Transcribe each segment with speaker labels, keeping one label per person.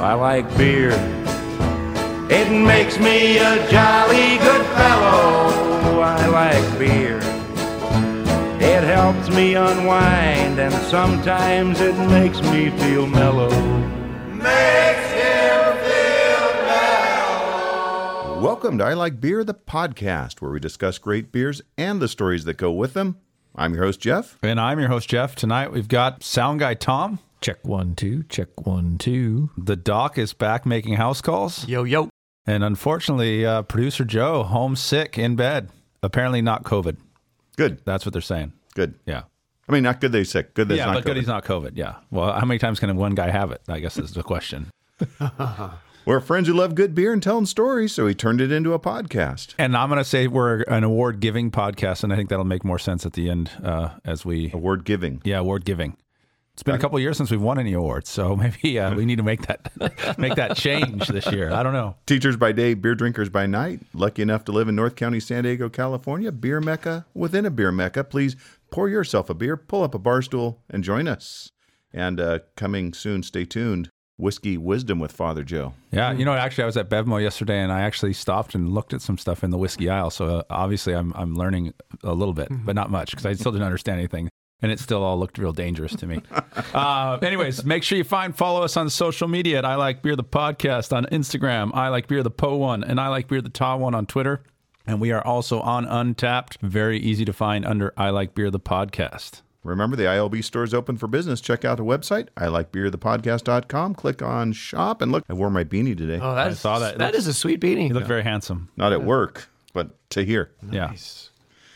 Speaker 1: I like beer.
Speaker 2: It makes me a jolly good fellow.
Speaker 1: I like beer. It helps me unwind, and sometimes it makes me feel mellow.
Speaker 2: Makes him feel mellow.
Speaker 3: Welcome to I Like Beer, the podcast where we discuss great beers and the stories that go with them. I'm your host, Jeff.
Speaker 4: And I'm your host, Jeff. Tonight we've got sound guy Tom.
Speaker 5: Check one, two, check one, two.
Speaker 4: The doc is back making house calls.
Speaker 5: Yo, yo.
Speaker 4: And unfortunately, uh, producer Joe, homesick in bed. Apparently not COVID.
Speaker 3: Good.
Speaker 4: That's what they're saying.
Speaker 3: Good.
Speaker 4: Yeah.
Speaker 3: I mean, not good that he's sick. Good that
Speaker 4: yeah,
Speaker 3: not
Speaker 4: but
Speaker 3: COVID.
Speaker 4: good he's not COVID. Yeah. Well, how many times can one guy have it? I guess is the question.
Speaker 3: We're friends who love good beer and telling stories, so he turned it into a podcast.
Speaker 4: And I'm going to say we're an award giving podcast, and I think that'll make more sense at the end uh, as we,
Speaker 3: Award giving.
Speaker 4: yeah, award giving. It's been a couple of years since we've won any awards, so maybe uh, we need to make that make that change this year. I don't know.
Speaker 3: Teachers by day, beer drinkers by night. Lucky enough to live in North County, San Diego, California, beer mecca within a beer mecca. Please pour yourself a beer, pull up a bar stool, and join us. And uh, coming soon, stay tuned. Whiskey Wisdom with Father Joe.
Speaker 4: Yeah,
Speaker 5: Hmm.
Speaker 4: you know, actually, I was at Bevmo yesterday, and I actually stopped and looked at some stuff in the whiskey aisle. So uh, obviously, I'm I'm learning a little bit,
Speaker 5: Mm-hmm.
Speaker 4: but not much because I still didn't understand anything, and it still all looked real dangerous to me. uh, anyways, make sure you find follow us on social media at I Like Beer the Podcast on Instagram, I Like Beer the Po One, and I Like Beer the Ta One on Twitter, and we are also on Untapped, very easy to find under I Like Beer the Podcast.
Speaker 3: Remember, the ILB store is open for business. Check out the website, I like beer, com. Click on shop and look. I wore my beanie today.
Speaker 5: Oh, that's,
Speaker 4: saw that. It
Speaker 5: that
Speaker 4: looks-
Speaker 5: is a sweet
Speaker 4: You
Speaker 5: beanie.
Speaker 4: look very handsome.
Speaker 3: Not at work, but to here.
Speaker 4: Yeah.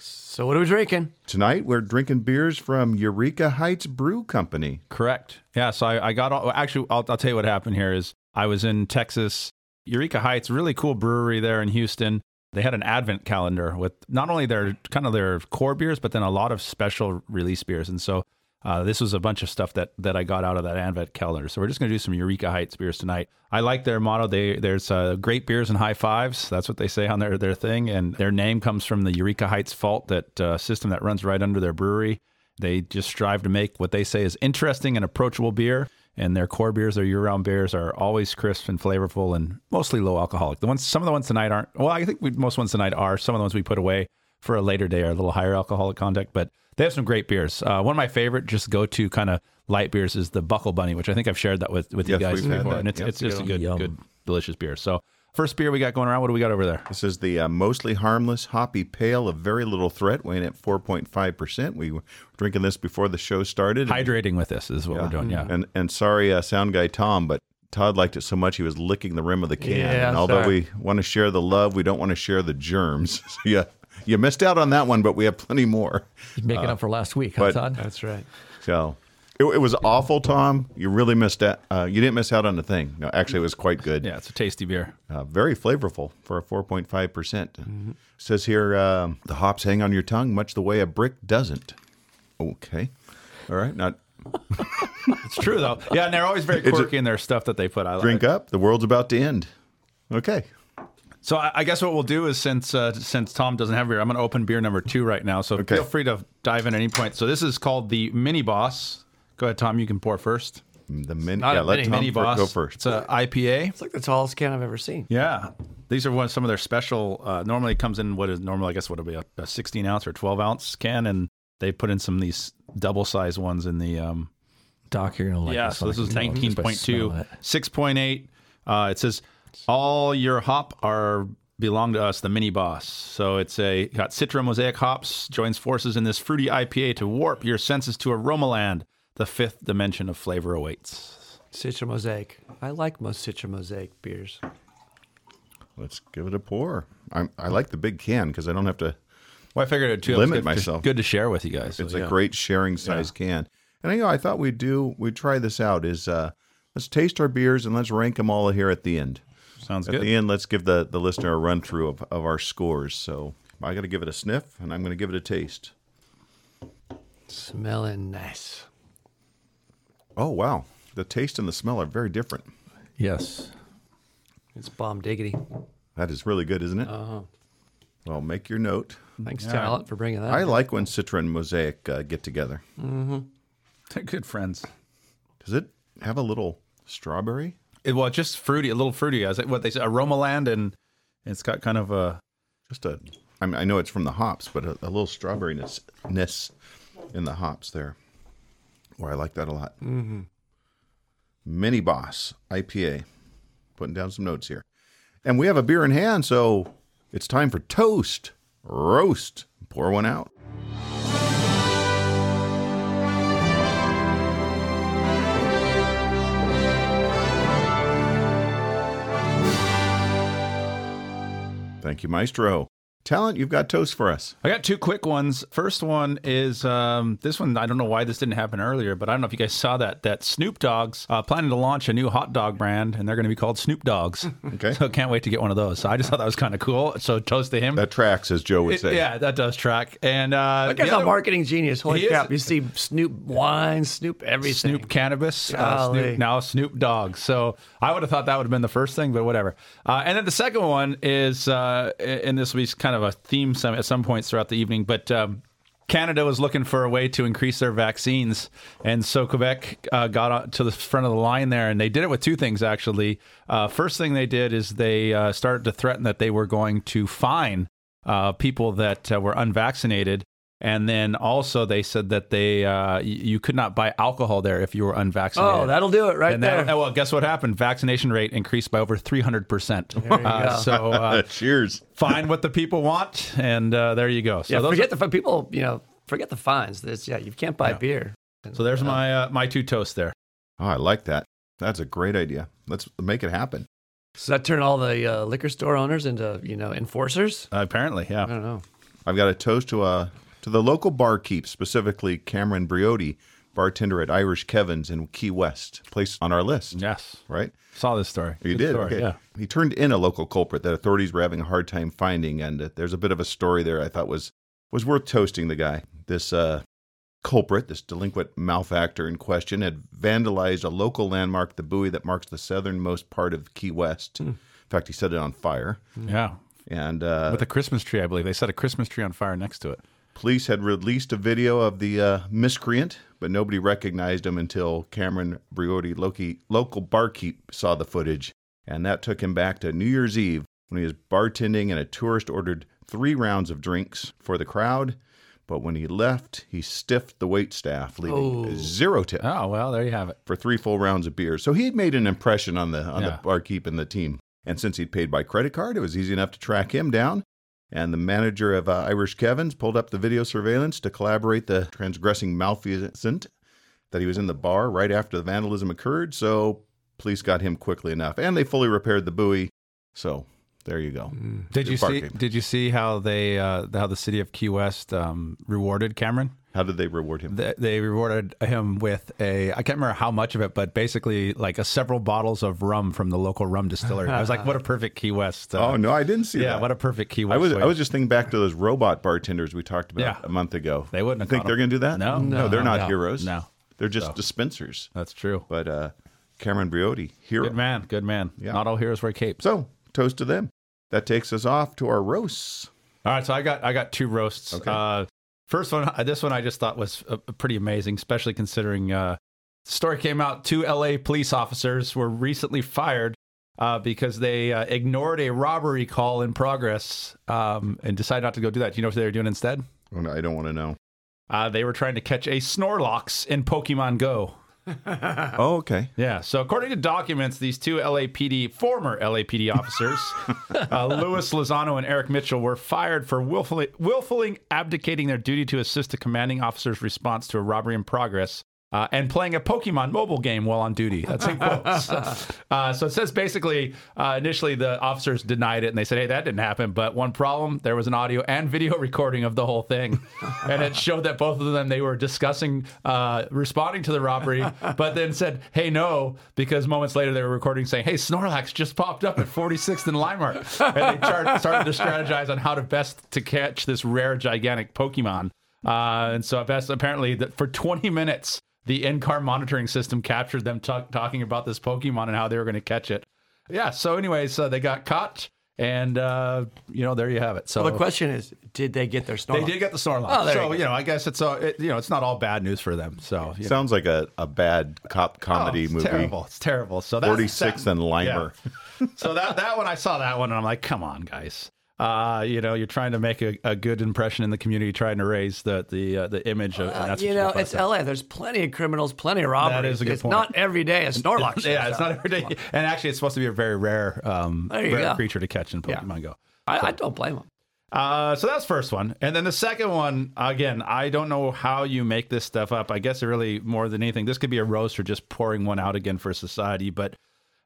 Speaker 5: So what are we drinking?
Speaker 3: Tonight, we're drinking beers from Eureka Heights Brew Company.
Speaker 4: Correct. Yeah. So I, I got all, well, actually, I'll, I'll tell you what happened here is I was in Texas, Eureka Heights, really cool brewery there in Houston. They had an advent calendar with not only their kind of their core beers, but then a lot of special release beers. And so uh, this was a bunch of stuff that that I got out of that advent calendar. So we're just going to do some Eureka Heights beers tonight. I like their motto. They there's uh, great beers and high fives. That's what they say on their their thing. And their name comes from the Eureka Heights fault that uh, system that runs right under their brewery. They just strive to make what they say is interesting and approachable beer. And their core beers, their year-round beers, are always crisp and flavorful, and mostly low alcoholic. The ones, some of the ones tonight aren't. Well, I think we, most ones tonight are. Some of the ones we put away for a later day are a little higher alcoholic content, but they have some great beers. Uh, one of my favorite, just go-to kind of light beers, is the Buckle Bunny, which I think I've shared that with with
Speaker 3: Yes,
Speaker 4: you guys
Speaker 3: we've had
Speaker 4: before,
Speaker 3: that.
Speaker 4: and it's
Speaker 3: Yep.
Speaker 4: it's just a good,
Speaker 5: Yum.
Speaker 4: good, delicious beer. So, first beer we got going around. What do we got over there?
Speaker 3: This is the uh, mostly harmless hoppy pale of very little threat, weighing at 4.5%. We were drinking this before the show started.
Speaker 4: Hydrating with this is what we're doing. Yeah.
Speaker 3: And and sorry, uh, sound guy Tom, but Todd liked it so much he was licking the rim of the can.
Speaker 5: Yeah,
Speaker 3: and although
Speaker 5: sorry.
Speaker 3: we want to share the love, we don't want to share the germs. so yeah, you missed out on that one, but we have plenty more.
Speaker 5: You're making up for last week,
Speaker 3: but-
Speaker 5: huh, Todd?
Speaker 2: That's right.
Speaker 3: So it, it was awful, Tom. You really missed out. Uh, you didn't miss out on a thing. No, actually, it was quite good.
Speaker 4: Yeah, it's a tasty beer.
Speaker 3: Uh, very flavorful for a 4.5 percent.
Speaker 4: Mm-hmm.
Speaker 3: Says here, um, the hops hang on your tongue much the way a brick doesn't. Okay, all right. Not
Speaker 4: It's true though. Yeah, and they're always very
Speaker 3: a-
Speaker 4: quirky in their stuff that they put. I like.
Speaker 3: drink up. The world's about to end. Okay.
Speaker 4: So I, I guess what we'll do is since uh, since Tom doesn't have beer, I'm going to open beer number two right now. So
Speaker 3: Okay.
Speaker 4: feel free to dive in at any point. So this is called the Mini Boss. Go ahead, Tom. You can pour first.
Speaker 3: The mini,
Speaker 5: Not a
Speaker 3: yeah, let
Speaker 5: mini,
Speaker 3: Tom
Speaker 4: Mini
Speaker 3: fir-
Speaker 4: Boss.
Speaker 3: go first.
Speaker 4: It's a IPA.
Speaker 5: It's like the tallest can I've ever seen.
Speaker 4: Yeah, these are one some of their special. Uh, normally it comes in what is normal, I guess, what would be a, a 16 ounce or 12 ounce can, and they put in some of these double size ones in the um,
Speaker 5: Doc, you're gonna like
Speaker 4: yeah,
Speaker 5: this.
Speaker 4: so
Speaker 5: one.
Speaker 4: this is
Speaker 5: I can tell just by
Speaker 4: 19.2,
Speaker 5: smelling it.
Speaker 4: 6.8. Uh, it says all your hop are belong to us, the mini boss. So it's a got Citra Mosaic hops joins forces in this fruity IPA to warp your senses to Aromaland. The fifth dimension of flavor awaits.
Speaker 5: Citra Mosaic. I like most Citra Mosaic beers.
Speaker 3: Let's give it a pour. I'm, I like the big can because I don't have to.
Speaker 4: Well, I figured it too. It was
Speaker 3: Limit
Speaker 4: good to-
Speaker 3: myself.
Speaker 4: good to share with you guys. So,
Speaker 3: It's
Speaker 4: yeah.
Speaker 3: a great sharing size can. And I know I thought we'd do we'd try this out. Is uh, let's taste our beers and let's rank them all here at the end.
Speaker 4: Sounds
Speaker 3: at
Speaker 4: good.
Speaker 3: the end, let's give the the listener a run through of, of our scores. So I got to give it a sniff and I'm going to give it a taste.
Speaker 5: Smelling nice.
Speaker 3: Oh wow, the taste and the smell are very different.
Speaker 5: Yes. It's bomb diggity.
Speaker 3: That is really good, isn't it? Uh-huh. Well, make your note.
Speaker 5: Thanks, Talent, for bringing that.
Speaker 3: I like when Citra and Mosaic uh, get together.
Speaker 4: Good friends.
Speaker 3: Does it have a little strawberry?
Speaker 4: It, well, it's just fruity, a little fruity. I was like, what they say, aroma land, and it's got kind of a
Speaker 3: Just a, I, mean, I know it's from the hops, but a, a little strawberryness ness in the hops there. Or I like that a lot. Mm-hmm. Mini Boss IPA. Putting down some notes here. And we have a beer in hand, so it's time for toast, roast, pour one out. Thank you, Maestro. Talent, you've got toast for us.
Speaker 4: I got two quick ones. First one is um, this one. I don't know why this didn't happen earlier, but I don't know if you guys saw that. That Snoop Dogg's uh, planning to launch a new hot dog brand, and they're going to be called Snoop Dogs.
Speaker 3: Okay.
Speaker 4: So can't wait to get one of those. So I just thought that was kind of cool. So toast to him.
Speaker 3: That tracks, as Joe would
Speaker 4: It-
Speaker 3: say.
Speaker 4: yeah, that does track. And uh,
Speaker 5: That guy's
Speaker 4: the
Speaker 5: a
Speaker 4: other-
Speaker 5: marketing genius. Holy
Speaker 4: He is.
Speaker 5: crap. You see Snoop wine, Snoop everything.
Speaker 4: Snoop Cannabis, uh,
Speaker 5: Golly.
Speaker 4: Snoop, now Snoop Dogg. So I would have thought that would have been the first thing, but whatever. Uh, and then the second one is, uh, and this will be kind of a theme some, at some points throughout the evening, but um, Canada was looking for a way to increase their vaccines. And so Quebec uh, got on to the front of the line there, and they did it with two things, actually. Uh, first thing they did is they uh, started to threaten that they were going to fine uh, people that uh, were unvaccinated. And then also they said that they uh, y- you could not buy alcohol there if you were unvaccinated.
Speaker 5: Oh, that'll do it right
Speaker 4: and
Speaker 5: there.
Speaker 4: that, well, guess what happened? Vaccination rate increased by over three hundred percent.
Speaker 5: go.
Speaker 4: So uh,
Speaker 3: Cheers.
Speaker 4: find what the people want, and uh, there you go. So
Speaker 5: yeah,
Speaker 4: those
Speaker 5: forget the the people, you know, forget the fines. This, yeah, you can't buy beer.
Speaker 4: are- so there's my uh, my two toasts there.
Speaker 3: Oh, I like that. That's a great idea. Let's make it happen.
Speaker 5: So that turn all the uh, liquor store owners into, you know, enforcers?
Speaker 4: Uh, apparently,
Speaker 5: I
Speaker 4: yeah.
Speaker 5: don't know.
Speaker 3: I've got a toast to uh to the local barkeep, specifically Cameron Briotti, bartender at Irish Kevin's in Key West, placed on our list.
Speaker 4: Yes,
Speaker 3: Right?
Speaker 4: saw this story.
Speaker 3: You
Speaker 4: Good
Speaker 3: did.
Speaker 4: story,
Speaker 3: okay.
Speaker 4: Yeah.
Speaker 3: He turned in a local culprit that authorities were having a hard time finding, and uh, there's a bit of a story there I thought was was worth toasting the guy. This uh, culprit, this delinquent malefactor in question, had vandalized a local landmark, the buoy that marks the southernmost part of Key West.
Speaker 4: Hmm.
Speaker 3: In fact, he set it on fire,
Speaker 4: Yeah.
Speaker 3: and uh,
Speaker 4: With a Christmas tree, I believe they set a Christmas tree on fire next to it.
Speaker 3: Police had released a video of the uh, miscreant, but nobody recognized him until Cameron Briotti, Loki, local barkeep, saw the footage. And that took him back to New Year's Eve when he was bartending and a tourist ordered three rounds of drinks for the crowd. But when he left, he stiffed the wait staff, leaving zero tip
Speaker 4: Oh well, there you have it.
Speaker 3: for three full rounds of beer. So he had made an impression on the on
Speaker 4: Yeah.
Speaker 3: the barkeep and the team. And since he'd paid by credit card, it was easy enough to track him down. And the manager of uh, Irish Kevin's pulled up the video surveillance to collaborate the transgressing malfeasant that he was in the bar right after the vandalism occurred. So police got him quickly enough, and they fully repaired the buoy. So there you go.
Speaker 4: Did you see?
Speaker 3: barkeep.
Speaker 4: Did you see how they uh, how the city of Key West um, rewarded Cameron?
Speaker 3: How did they reward him?
Speaker 4: They, they rewarded him with a I can't remember how much of it, but basically like a several bottles of rum from the local rum distillery. I was like, what a perfect Key West. Uh,
Speaker 3: oh no, I didn't see
Speaker 4: yeah,
Speaker 3: that.
Speaker 4: what a perfect Key West.
Speaker 3: I was
Speaker 4: way.
Speaker 3: I was just thinking back to those robot bartenders we talked about
Speaker 4: Yeah.
Speaker 3: a month ago.
Speaker 4: They wouldn't have
Speaker 3: think
Speaker 4: caught
Speaker 3: they're
Speaker 4: 'em.
Speaker 3: going to do that.
Speaker 4: No.
Speaker 3: no,
Speaker 4: No.
Speaker 3: they're not
Speaker 4: No.
Speaker 3: heroes.
Speaker 4: No.
Speaker 3: they're just dispensers.
Speaker 4: That's true.
Speaker 3: But uh, Cameron Briotti, hero.
Speaker 4: Good man. Good man.
Speaker 3: Yeah.
Speaker 4: Not all heroes wear capes.
Speaker 3: So toast to them. That takes us off to our roasts.
Speaker 4: All right, so I got I got two roasts.
Speaker 3: Okay.
Speaker 4: Uh, first one, uh, this one I just thought was uh, pretty amazing, especially considering uh, the story came out. Two L.A. police officers were recently fired uh, because they uh, ignored a robbery call in progress um, and decided not to go do that. Do you know what they were doing instead?
Speaker 3: Oh, no, I don't want to know.
Speaker 4: Uh, they were trying to catch a Snorlax in Pokemon Go.
Speaker 3: Oh, okay.
Speaker 4: Yeah. So according to documents, these two LAPD, former LAPD officers, uh, Louis Lozano and Eric Mitchell, were fired for willfully, willfully abdicating their duty to assist a commanding officer's response to a robbery in progress. Uh, and playing a Pokemon mobile game while on duty. That's in quotes. uh, so it says basically, uh, initially the officers denied it and they said, hey, that didn't happen. But one problem, there was an audio and video recording of the whole thing. and it showed that both of them, they were discussing uh, responding to the robbery, but then said, hey, no, because moments later they were recording saying, hey, Snorlax just popped up at 46th and Limart. And they char- started to strategize on how to best to catch this rare, gigantic Pokemon. Uh, and so at best, apparently, that for 20 minutes, the in-car monitoring system captured them talk- talking about this Pokemon and how they were going to catch it. Yeah. So, anyways, uh, they got caught And uh, you know, there you have it. So
Speaker 5: Well, the question is, did they get their snorlax?
Speaker 4: they did get the Snorlax.
Speaker 5: Oh, there you
Speaker 4: so
Speaker 5: go.
Speaker 4: you know, I guess it's uh, it, you know, it's not all bad news for them. So you know.
Speaker 3: Sounds like a, a bad cop comedy
Speaker 4: Oh, it's
Speaker 3: movie.
Speaker 4: Terrible. It's terrible. So that's
Speaker 3: 46
Speaker 4: that-
Speaker 3: and Limer.
Speaker 4: so that that one I saw that one and I'm like, come on, guys. Uh, you know, you're trying to make a, a good impression in the community, trying to raise the the uh, the image of. and
Speaker 5: Uh,
Speaker 4: that's
Speaker 5: you
Speaker 4: what
Speaker 5: know,
Speaker 4: you're
Speaker 5: it's
Speaker 4: focused on.
Speaker 5: LA. There's plenty of criminals, plenty of robberies.
Speaker 4: is a good
Speaker 5: it's
Speaker 4: point.
Speaker 5: not every day a Snorlax.
Speaker 4: Yeah,
Speaker 5: shows
Speaker 4: it's
Speaker 5: up.
Speaker 4: not every day, and actually, it's supposed to be a very rare, um,
Speaker 5: There you
Speaker 4: rare
Speaker 5: go.
Speaker 4: creature to catch in Pokemon Go.
Speaker 5: I, I don't blame them.
Speaker 4: Uh, so that's first one, and then the second one. Again, I don't know how you make this stuff up. I guess it really more than anything, this could be a roast or just pouring one out again for society. But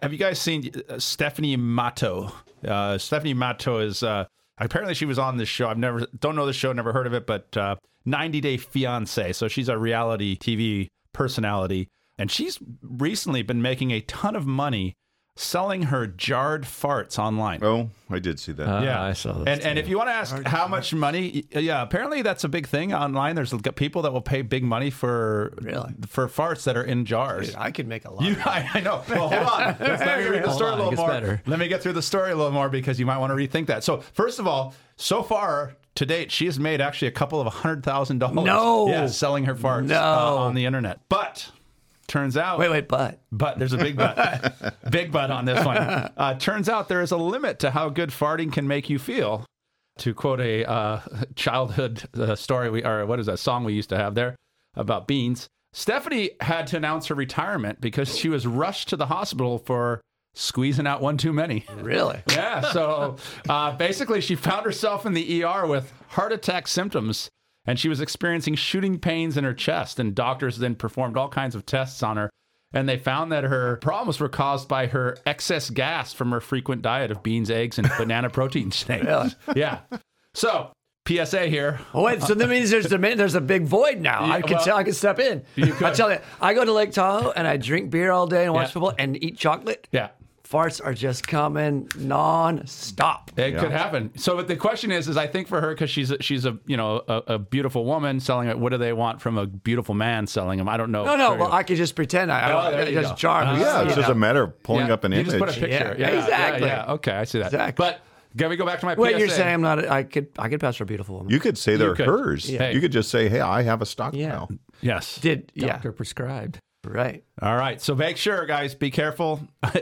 Speaker 4: have you guys seen uh, Stephanie Mato? Uh, Stephanie Mato is uh, apparently she was on this show. I've never don't know the show, never heard of it, but uh, 90 Day Fiance. So she's a reality TV personality, and she's recently been making a ton of money selling her jarred farts online.
Speaker 3: Oh, I did see that.
Speaker 4: Yeah,
Speaker 6: I saw this.
Speaker 4: And and if you want to ask how much money, y- yeah, apparently that's a big thing online. There's g- people that will pay big money for
Speaker 5: Really?
Speaker 4: for farts that are in jars.
Speaker 5: Dude, I could make a lot.
Speaker 4: You, I, I know. Well, hold on. Let's let me read the
Speaker 6: Hold
Speaker 4: story
Speaker 6: on,
Speaker 4: a little
Speaker 6: it gets
Speaker 4: more.
Speaker 6: better.
Speaker 4: Let me get through the story a little more because you might want to rethink that. So, first of all, so far to date, she has made actually a couple of hundred thousand dollars.
Speaker 5: No.
Speaker 4: yeah, selling her farts
Speaker 5: No.
Speaker 4: uh, on the internet. But turns out,
Speaker 5: wait, wait, but
Speaker 4: but there's a big but. big but on this one. Uh, turns out there is a limit to how good farting can make you feel. To quote a uh, childhood uh, story, we or what is that song we used to have there about beans? Stephanie had to announce her retirement because she was rushed to the hospital for squeezing out one too many.
Speaker 5: really,
Speaker 4: Yeah. So uh, basically, she found herself in the ER with heart attack symptoms, and she was experiencing shooting pains in her chest. And doctors then performed all kinds of tests on her, and they found that her problems were caused by her excess gas from her frequent diet of beans, eggs, and banana protein shakes.
Speaker 5: really.
Speaker 4: Yeah. So PSA here.
Speaker 5: Oh, wait, so that means there's a min- there's a big void now. I
Speaker 4: Yeah,
Speaker 5: can
Speaker 4: well,
Speaker 5: tell I can step in. I tell you, I go to Lake Tahoe and I drink beer all day and watch
Speaker 4: Yeah.
Speaker 5: football and eat chocolate.
Speaker 4: Yeah.
Speaker 5: Farts are just coming non-stop.
Speaker 4: It could happen. So, but the question is, is I think for her because she's a, she's a you know a, a beautiful woman selling it. What do they want from a beautiful man selling them? I don't know.
Speaker 5: No, no.
Speaker 4: Very-
Speaker 5: Well, I could just pretend I,
Speaker 4: Oh,
Speaker 5: I
Speaker 4: there you
Speaker 5: just
Speaker 4: go.
Speaker 5: charm.
Speaker 4: Uh,
Speaker 3: Yeah, it's
Speaker 5: you
Speaker 3: just
Speaker 5: know.
Speaker 3: a matter of pulling
Speaker 4: Yeah,
Speaker 3: up an
Speaker 4: you
Speaker 3: image.
Speaker 4: Just put a picture.
Speaker 5: Yeah,
Speaker 4: Yeah, yeah,
Speaker 5: exactly.
Speaker 4: yeah. Okay, I see that.
Speaker 5: Exactly.
Speaker 4: But can we go back to my PSA?
Speaker 5: Wait, you're saying I'm not? A, I could I could pass for a beautiful woman.
Speaker 3: You could say they're
Speaker 4: could.
Speaker 3: hers.
Speaker 4: Yeah.
Speaker 3: You could just say, "Hey, I have a stockpile."
Speaker 4: yes.
Speaker 5: did yeah
Speaker 6: Doctor prescribed.
Speaker 5: right.
Speaker 4: All right. So make sure, guys, be careful.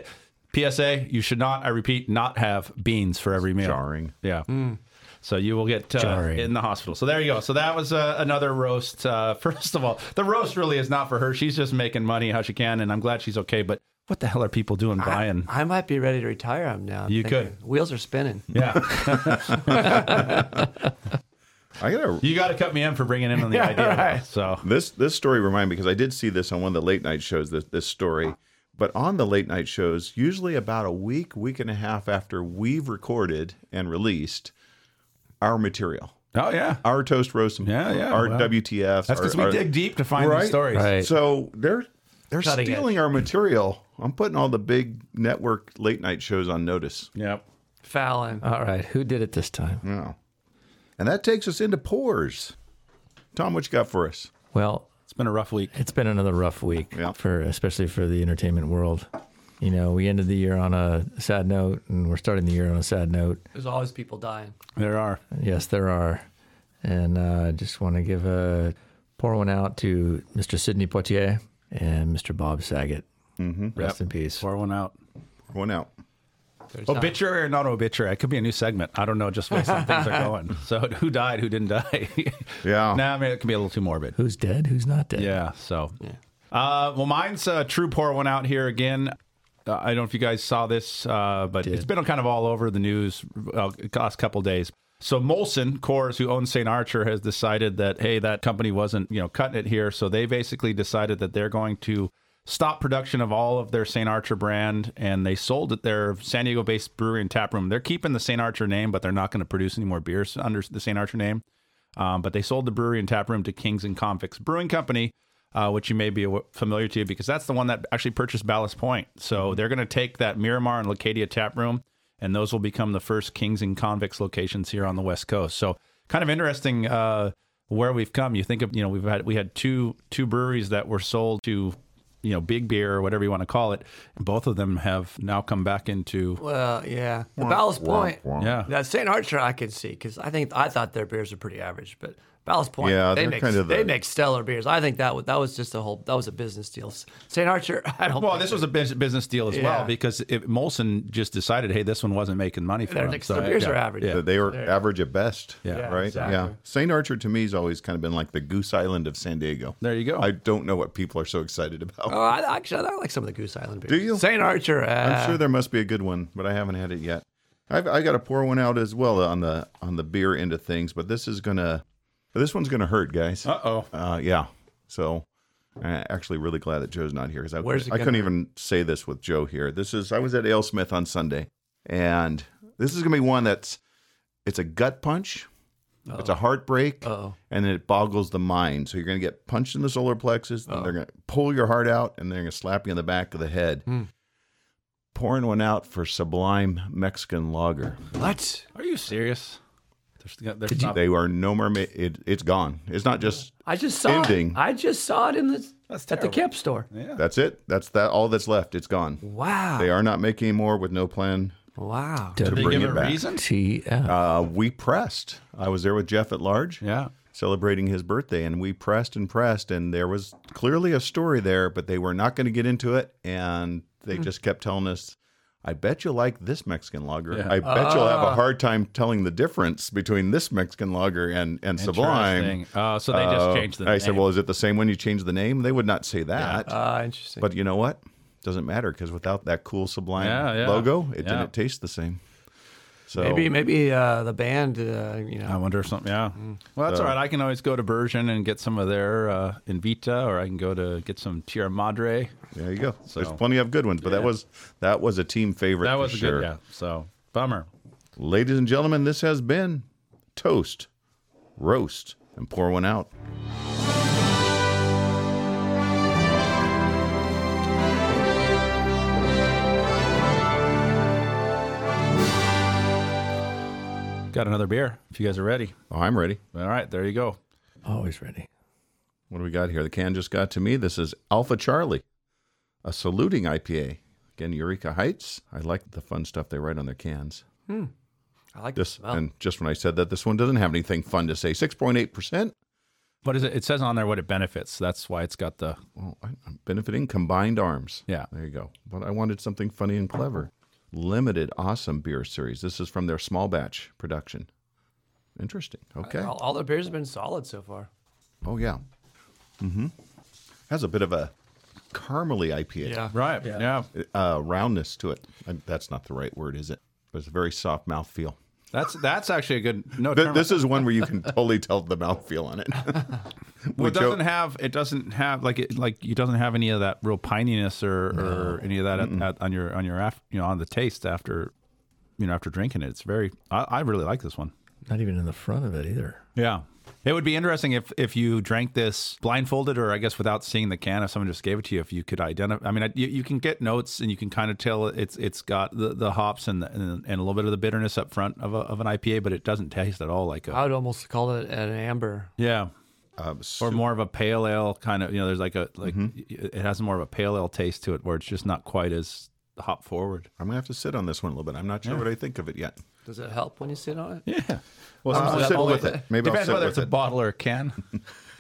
Speaker 4: PSA: You should not, I repeat, not have beans for every meal.
Speaker 3: Jarring.
Speaker 4: Yeah. So you will get uh,
Speaker 6: Jarring.
Speaker 4: in the hospital. So there you go. So that was uh, another roast. Uh, first of all, the roast really is not for her. She's just making money how she can, and I'm glad she's okay. But what the hell are people doing buying?
Speaker 5: I might be ready to retire. I'm now. I'm
Speaker 4: You
Speaker 5: Wheels are spinning.
Speaker 4: yeah.
Speaker 3: I gotta
Speaker 4: You got to cut me in for bringing in on the idea. though. So
Speaker 3: This this story reminded me because I did see this on one of the late night shows. This this story, but on the late night shows, usually about a week, week and a half after we've recorded and released our material,
Speaker 4: oh yeah.
Speaker 3: our toast roast, and-
Speaker 4: Yeah, yeah,
Speaker 3: our
Speaker 4: well,
Speaker 3: WTFs.
Speaker 4: That's because
Speaker 3: our-
Speaker 4: we
Speaker 3: our-
Speaker 4: dig deep to find
Speaker 3: Right?
Speaker 4: these stories.
Speaker 6: Right.
Speaker 3: So they're they're
Speaker 5: Cutting
Speaker 3: stealing our material. I'm putting all the big network late night shows on notice.
Speaker 4: Yep.
Speaker 5: Fallon.
Speaker 6: All right, who did it this time?
Speaker 3: Wow. And that takes us into pores. Tom, what you got for us?
Speaker 6: Well,
Speaker 4: It's been a rough week.
Speaker 6: it's been another rough week
Speaker 3: Yeah.
Speaker 6: for especially for the entertainment world. You know, we ended the year on a sad note, and we're starting the year on a sad note.
Speaker 5: There's always people dying.
Speaker 4: There are.
Speaker 6: Yes, there are. And uh, I just want to give a pour one out to Mr. Sidney Poitier and Mr. Bob Saget. Mm-hmm. Rest
Speaker 4: Yep.
Speaker 6: in peace.
Speaker 4: Pour one out.
Speaker 3: One out.
Speaker 4: Obituary or not obituary? It could be a new segment. I don't know just where some things are going. So who died? Who didn't die?
Speaker 3: Yeah.
Speaker 4: Now I mean it can be a little too morbid.
Speaker 6: Who's dead? Who's not dead?
Speaker 4: Yeah. So. Uh, well, mine's a true pour one out here again. Uh, I don't know if you guys saw this, uh, but it's been kind of all over the news uh, last couple days. So Molson Coors, who owns St. Archer, has decided that hey, that company wasn't you know cutting it here. So they basically decided that they're going to stop production of all of their St. Archer brand, and they sold it their San Diego-based brewery and tap room. They're keeping the St. Archer name, but they're not going to produce any more beers under the St. Archer name. Um, but they sold the brewery and tap room to Kings and Convicts Brewing Company, uh, which you may be aw- familiar to because that's the one that actually purchased Ballast Point. So they're going to take that Miramar and Leucadia tap room, and those will become the first Kings and Convicts locations here on the West Coast. So kind of interesting uh, where we've come. You think of you know we've had we had two two breweries that were sold to you know, big beer or whatever you want to call it. Both of them have now come back into
Speaker 5: Well, uh, yeah. The Ballast Point.
Speaker 4: yeah.
Speaker 5: Now, St. Archer, I could see because I think I thought their beers were pretty average, but Ballast Point,
Speaker 3: Yeah,
Speaker 5: they
Speaker 3: they're
Speaker 5: make
Speaker 3: kind of the-
Speaker 5: they make stellar beers. I think that was that was just a whole that was a business deal. St. Archer, I don't.
Speaker 4: Well,
Speaker 5: think
Speaker 4: this was a bus- business deal as
Speaker 5: Yeah.
Speaker 4: well because it, Molson just decided, hey, this one wasn't making money for
Speaker 5: their,
Speaker 4: them.
Speaker 5: their
Speaker 4: so-
Speaker 5: beers
Speaker 4: yeah.
Speaker 5: are average.
Speaker 4: Yeah.
Speaker 3: That they were average at best.
Speaker 4: Yeah,
Speaker 3: right. Yeah.
Speaker 5: exactly.
Speaker 3: St. Archer to me has always kind of been like the Goose Island of San Diego.
Speaker 4: There you go.
Speaker 3: I don't know what people are so excited about.
Speaker 5: Oh, I, actually, I like some of the Goose Island beers.
Speaker 3: Do you?
Speaker 5: St. Archer, uh,
Speaker 3: I'm sure there must be a good one, but I haven't had it yet. I've I got to pour one out as well on the on the beer end of things, but this is gonna this one's gonna hurt, guys.
Speaker 4: Uh oh.
Speaker 3: Uh, yeah. So, i actually really glad that Joe's not here because I,
Speaker 5: Where's it
Speaker 3: I couldn't
Speaker 5: gonna-
Speaker 3: even say this with Joe here. This is I was at AleSmith on Sunday, and this is gonna be one that's it's a gut punch, it's a heartbreak,
Speaker 5: Oh. Uh-oh.
Speaker 3: and it boggles the mind. So you're gonna get punched in the solar plexus, and they're gonna pull your heart out, and they're gonna slap you in the back of the head.
Speaker 5: Hmm.
Speaker 3: Pouring one out for Sublime Mexican Lager.
Speaker 5: what?
Speaker 4: Are you serious? They're, they're
Speaker 5: Ah.
Speaker 4: not-
Speaker 3: They are no more. Ma- it, it's gone. It's not just
Speaker 5: I just saw
Speaker 3: Ending.
Speaker 5: it. I just saw it in the at the
Speaker 4: terrible.
Speaker 5: Kemp store.
Speaker 3: That's it. That's that. All that's left. It's gone.
Speaker 5: Ah. Wow.
Speaker 3: They are not making more with no plan
Speaker 5: Wow.
Speaker 3: to
Speaker 4: Did they
Speaker 3: bring
Speaker 4: give
Speaker 3: it
Speaker 4: a
Speaker 3: back.
Speaker 4: reason?
Speaker 6: TF.
Speaker 3: Uh, we pressed. I was there with Jeff at large,
Speaker 4: Yeah.
Speaker 3: celebrating his birthday, and we pressed and pressed, and there was clearly a story there, but they were not going to get into it, and they
Speaker 4: Hmm.
Speaker 3: just kept telling us. I bet you like this Mexican lager.
Speaker 4: Yeah.
Speaker 3: I bet you'll have a hard time telling the difference between this Mexican lager and, and Sublime.
Speaker 4: Interesting. Uh, so they just
Speaker 3: Uh,
Speaker 4: changed the
Speaker 3: I
Speaker 4: name.
Speaker 3: said, well, is it the same one you changed the name? They would not say that.
Speaker 5: Ah, interesting.
Speaker 3: But you know what? Doesn't matter because without that cool Sublime
Speaker 4: Yeah, yeah.
Speaker 3: logo, it
Speaker 4: Yeah.
Speaker 3: didn't taste the same. So
Speaker 5: maybe maybe uh, the band, uh, you know.
Speaker 4: I wonder if something. Yeah.
Speaker 5: Mm.
Speaker 4: Well, that's all right. I can always go to Bergen and get some of their uh, Invita, or I can go to get some Tierra Madre.
Speaker 3: there you go. There's
Speaker 4: So-
Speaker 3: plenty of good ones, but that was that was a team favorite.
Speaker 4: That
Speaker 3: for
Speaker 4: was a
Speaker 3: sure.
Speaker 4: good. Yeah. So bummer.
Speaker 3: Ladies and gentlemen, this has been toast, roast, and pour one out.
Speaker 4: Got another beer. If you guys are ready.
Speaker 3: Oh, I'm ready.
Speaker 4: All right. There you go.
Speaker 6: Always ready.
Speaker 3: What do we got here? The can just got to me. This is Alpha Charlie, a saluting IPA. Again, Eureka Heights. I like the fun stuff they write on their cans.
Speaker 5: I like
Speaker 3: This
Speaker 5: this. Well,
Speaker 3: and just when I said that, this one doesn't have anything fun to say. Six point eight percent.
Speaker 4: What is it? It says on there what it benefits. That's why it's got the.
Speaker 3: Well, I- I'm benefiting combined arms.
Speaker 4: Yeah.
Speaker 3: There you go. But I wanted something funny and clever. Limited awesome beer series. This is from their small batch production. Interesting. Okay.
Speaker 5: all, all their beers have been solid so far.
Speaker 3: Oh yeah. Mm-hmm. Has a bit of a caramely IPA.
Speaker 4: Right. yeah.
Speaker 3: Uh, roundness to it. I, that's not the right word, is it? But it's a very soft mouthfeel.
Speaker 4: That's that's actually a good no.
Speaker 3: Th-
Speaker 4: term-
Speaker 3: this is one where you can totally tell the mouthfeel on it.
Speaker 4: well, it
Speaker 3: we joke-
Speaker 4: doesn't have it doesn't have like it like it doesn't have any of that real pininess or, or any of that at, at, on your on your af, you know on the taste after you know after drinking it. It's very I, I really like this one.
Speaker 6: Not even in the front of it either.
Speaker 4: Yeah. It would be interesting if, if you drank this blindfolded or I guess without seeing the can, if someone just gave it to you, if you could identify. I mean, I, you, you can get notes and you can kind of tell it's it's got the, the hops and, the, and and a little bit of the bitterness up front of, a, of an IPA, but it doesn't taste at all like a
Speaker 5: I would almost call it an amber.
Speaker 4: yeah
Speaker 3: Uh,
Speaker 4: or more of a pale ale kind of. You know, there's like a like it has more of a pale ale taste to it where it's just not quite as hop forward.
Speaker 3: I'm gonna have to sit on this one a little bit. I'm not sure what I think of it yet.
Speaker 5: Does it help when you sit on it?
Speaker 4: Yeah. Well,
Speaker 3: I'll
Speaker 5: that
Speaker 3: sit
Speaker 5: all
Speaker 3: with
Speaker 5: the-
Speaker 3: it. Maybe
Speaker 4: depends
Speaker 3: I'll sit
Speaker 4: whether
Speaker 3: with
Speaker 4: it's
Speaker 3: it.
Speaker 4: a bottle or a can.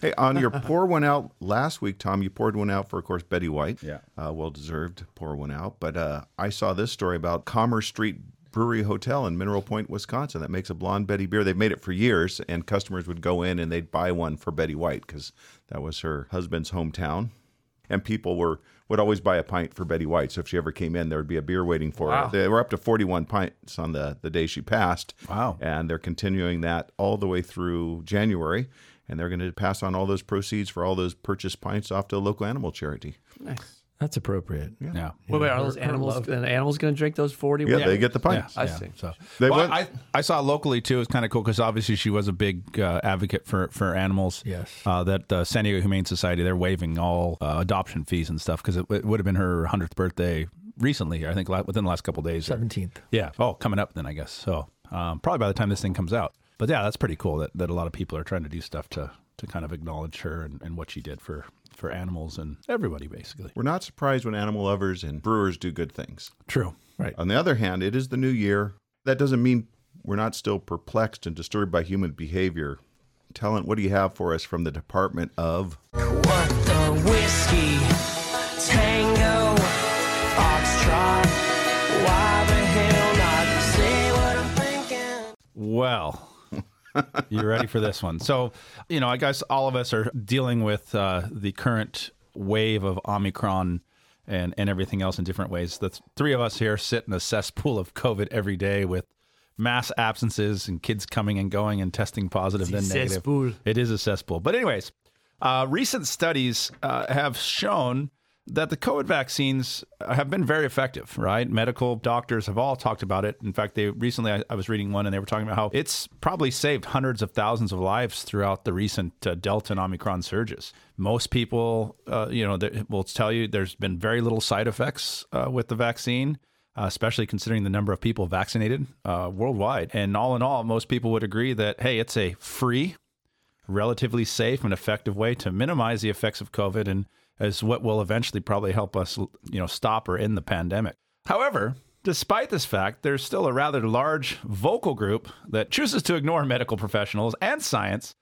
Speaker 3: Hey, on your pour one out last week, Tom, you poured one out for, of course, Betty White.
Speaker 4: Yeah.
Speaker 3: Uh, well deserved pour one out. But uh, I saw this story about Commerce Street Brewery Hotel in Mineral Point, Wisconsin that makes a Blonde Betty beer. They've made it for years, and customers would go in and they'd buy one for Betty White because that was her husband's hometown. And people were would always buy a pint for Betty White. So if she ever came in, there would be a beer waiting for her. They were up to 41 pints on the, the day she passed.
Speaker 4: Wow.
Speaker 3: And they're continuing that all the way through January. And they're going to pass on all those proceeds for all those purchased pints off to a local animal charity.
Speaker 6: That's appropriate.
Speaker 4: yeah.
Speaker 5: Wait, wait, are those animals? Then animals going to drink those forty?
Speaker 3: Yeah, they get the pints.
Speaker 5: I see.
Speaker 4: So
Speaker 3: They
Speaker 4: Well,
Speaker 3: went-
Speaker 4: I, I saw locally too. It was kind of cool because obviously she was a big uh, advocate for for animals.
Speaker 6: Yes.
Speaker 4: Uh, that the San Diego Humane Society they're waiving all uh, adoption fees and stuff because it, it would have been her hundredth birthday recently. I think la- within the last couple of days. or-
Speaker 6: 17th.
Speaker 4: yeah. Oh, coming up then I guess. So um, probably by the time this thing comes out. But yeah, that's pretty cool that, that a lot of people are trying to do stuff to to kind of acknowledge her and, and what she did for for animals and everybody, basically.
Speaker 3: We're not surprised when animal lovers and brewers do good things.
Speaker 4: True. Right.
Speaker 3: On the other hand, it is the new year. That doesn't mean we're not still perplexed and disturbed by human behavior. Talent, what do you have for us from the Department of?
Speaker 7: What the whiskey? Tango, foxtrot. Why the hell not say what I'm thinking?
Speaker 4: Well, you ready for this one? So, you know, I guess all of us are dealing with uh, the current wave of Omicron and, and everything else in different ways. The th- three of us here sit in a cesspool of COVID every day with mass absences and kids coming and going and testing positive, then negative.
Speaker 5: cesspool.
Speaker 4: It is a cesspool. But, anyways, uh, recent studies uh, have shown that the COVID vaccines have been very effective, right? Medical doctors have all talked about it. In fact, they recently, I, I was reading one and they were talking about how it's probably saved hundreds of thousands of lives throughout the recent uh, Delta and Omicron surges. Most people, uh, you know, that will tell you there's been very little side effects uh, with the vaccine. Uh, especially considering the number of people vaccinated uh, worldwide. And all in all, most people would agree that, hey, it's a free relatively safe and effective way to minimize the effects of COVID and is what will eventually probably help us, you know, stop or end the pandemic. However, despite this fact, there's still a rather large vocal group that chooses to ignore medical professionals and science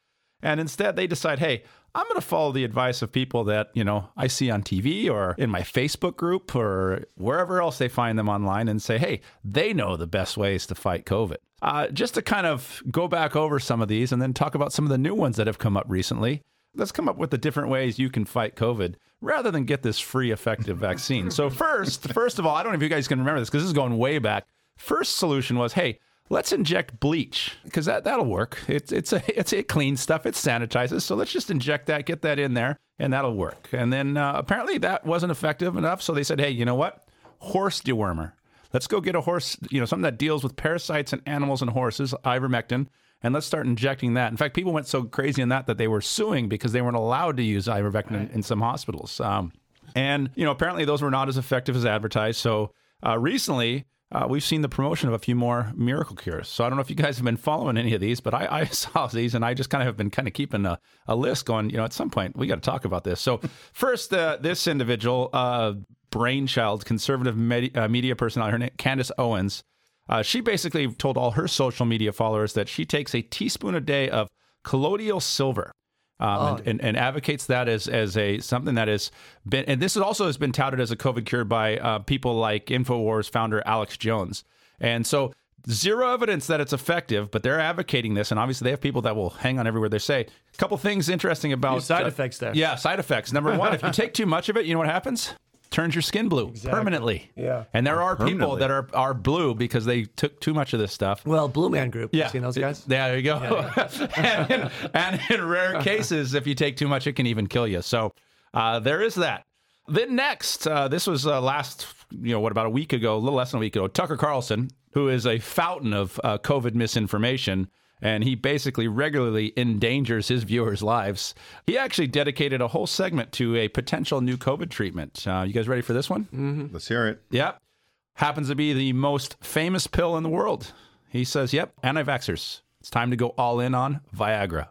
Speaker 4: and instead they decide, hey, I'm going to follow the advice of people that, you know, I see on TV or in my Facebook group or wherever else they find them online and say, hey, they know the best ways to fight COVID. Uh, just to kind of go back over some of these and then talk about some of the new ones that have come up recently. Let's come up with the different ways you can fight COVID rather than get this free effective vaccine. So first, first of all, I don't know if you guys can remember this because this is going way back. First solution was, hey, let's inject bleach because that that'll work. It's it's a it's a clean stuff. It sanitizes. So let's just inject that, get that in there, and that'll work. And then uh, apparently that wasn't effective enough. So they said, hey, you know what? Horse dewormer. Let's go get a horse. You know something that deals with parasites and animals and horses. Ivermectin. And let's start injecting that. In fact, people went so crazy in that that they were suing because they weren't allowed to use ivermectin in, in some hospitals. Um, and you know, apparently those were not as effective as advertised. So uh, recently, uh, we've seen the promotion of a few more miracle cures. So I don't know if you guys have been following any of these, but I, I saw these and I just kind of have been kind of keeping a, a list going, you know, at some point we got to talk about this. So first, uh, this individual, uh, brainchild, conservative med- uh, media personality, her name, Candace Owens, uh, she basically told all her social media followers that she takes a teaspoon a day of colloidal silver um, and, and, and advocates that as as a something that has been and this is also has been touted as a COVID cure by uh, people like Infowars founder Alex Jones, and so zero evidence that it's effective, but they're advocating this, and obviously they have people that will hang on everywhere they say. A couple things interesting about uh,
Speaker 5: side effects there.
Speaker 4: Yeah, side effects. Number one, if you take too much of it, you know what happens? Turns your skin blue permanently.
Speaker 5: Yeah.
Speaker 4: and there are people
Speaker 3: Permanently.
Speaker 4: that are are blue because they took too much of this stuff.
Speaker 5: Well, Blue Man Group.
Speaker 4: Yeah.
Speaker 5: You seen those
Speaker 4: It-
Speaker 5: guys?
Speaker 4: Yeah, there you go. and, in, and in rare cases, if you take too much, it can even kill you. So uh, there is that. Then next, uh, this was uh, last, you know, what about a week ago, a little less than a week ago, Tucker Carlson, who is a fountain of uh, COVID misinformation. And he basically regularly endangers his viewers' lives. He actually dedicated a whole segment to a potential new COVID treatment. Uh, you guys ready for this one?
Speaker 3: Let's hear it.
Speaker 4: Yep. Happens to be the most famous pill in the world. He says, yep, anti vaxxers. It's time to go all in on Viagra.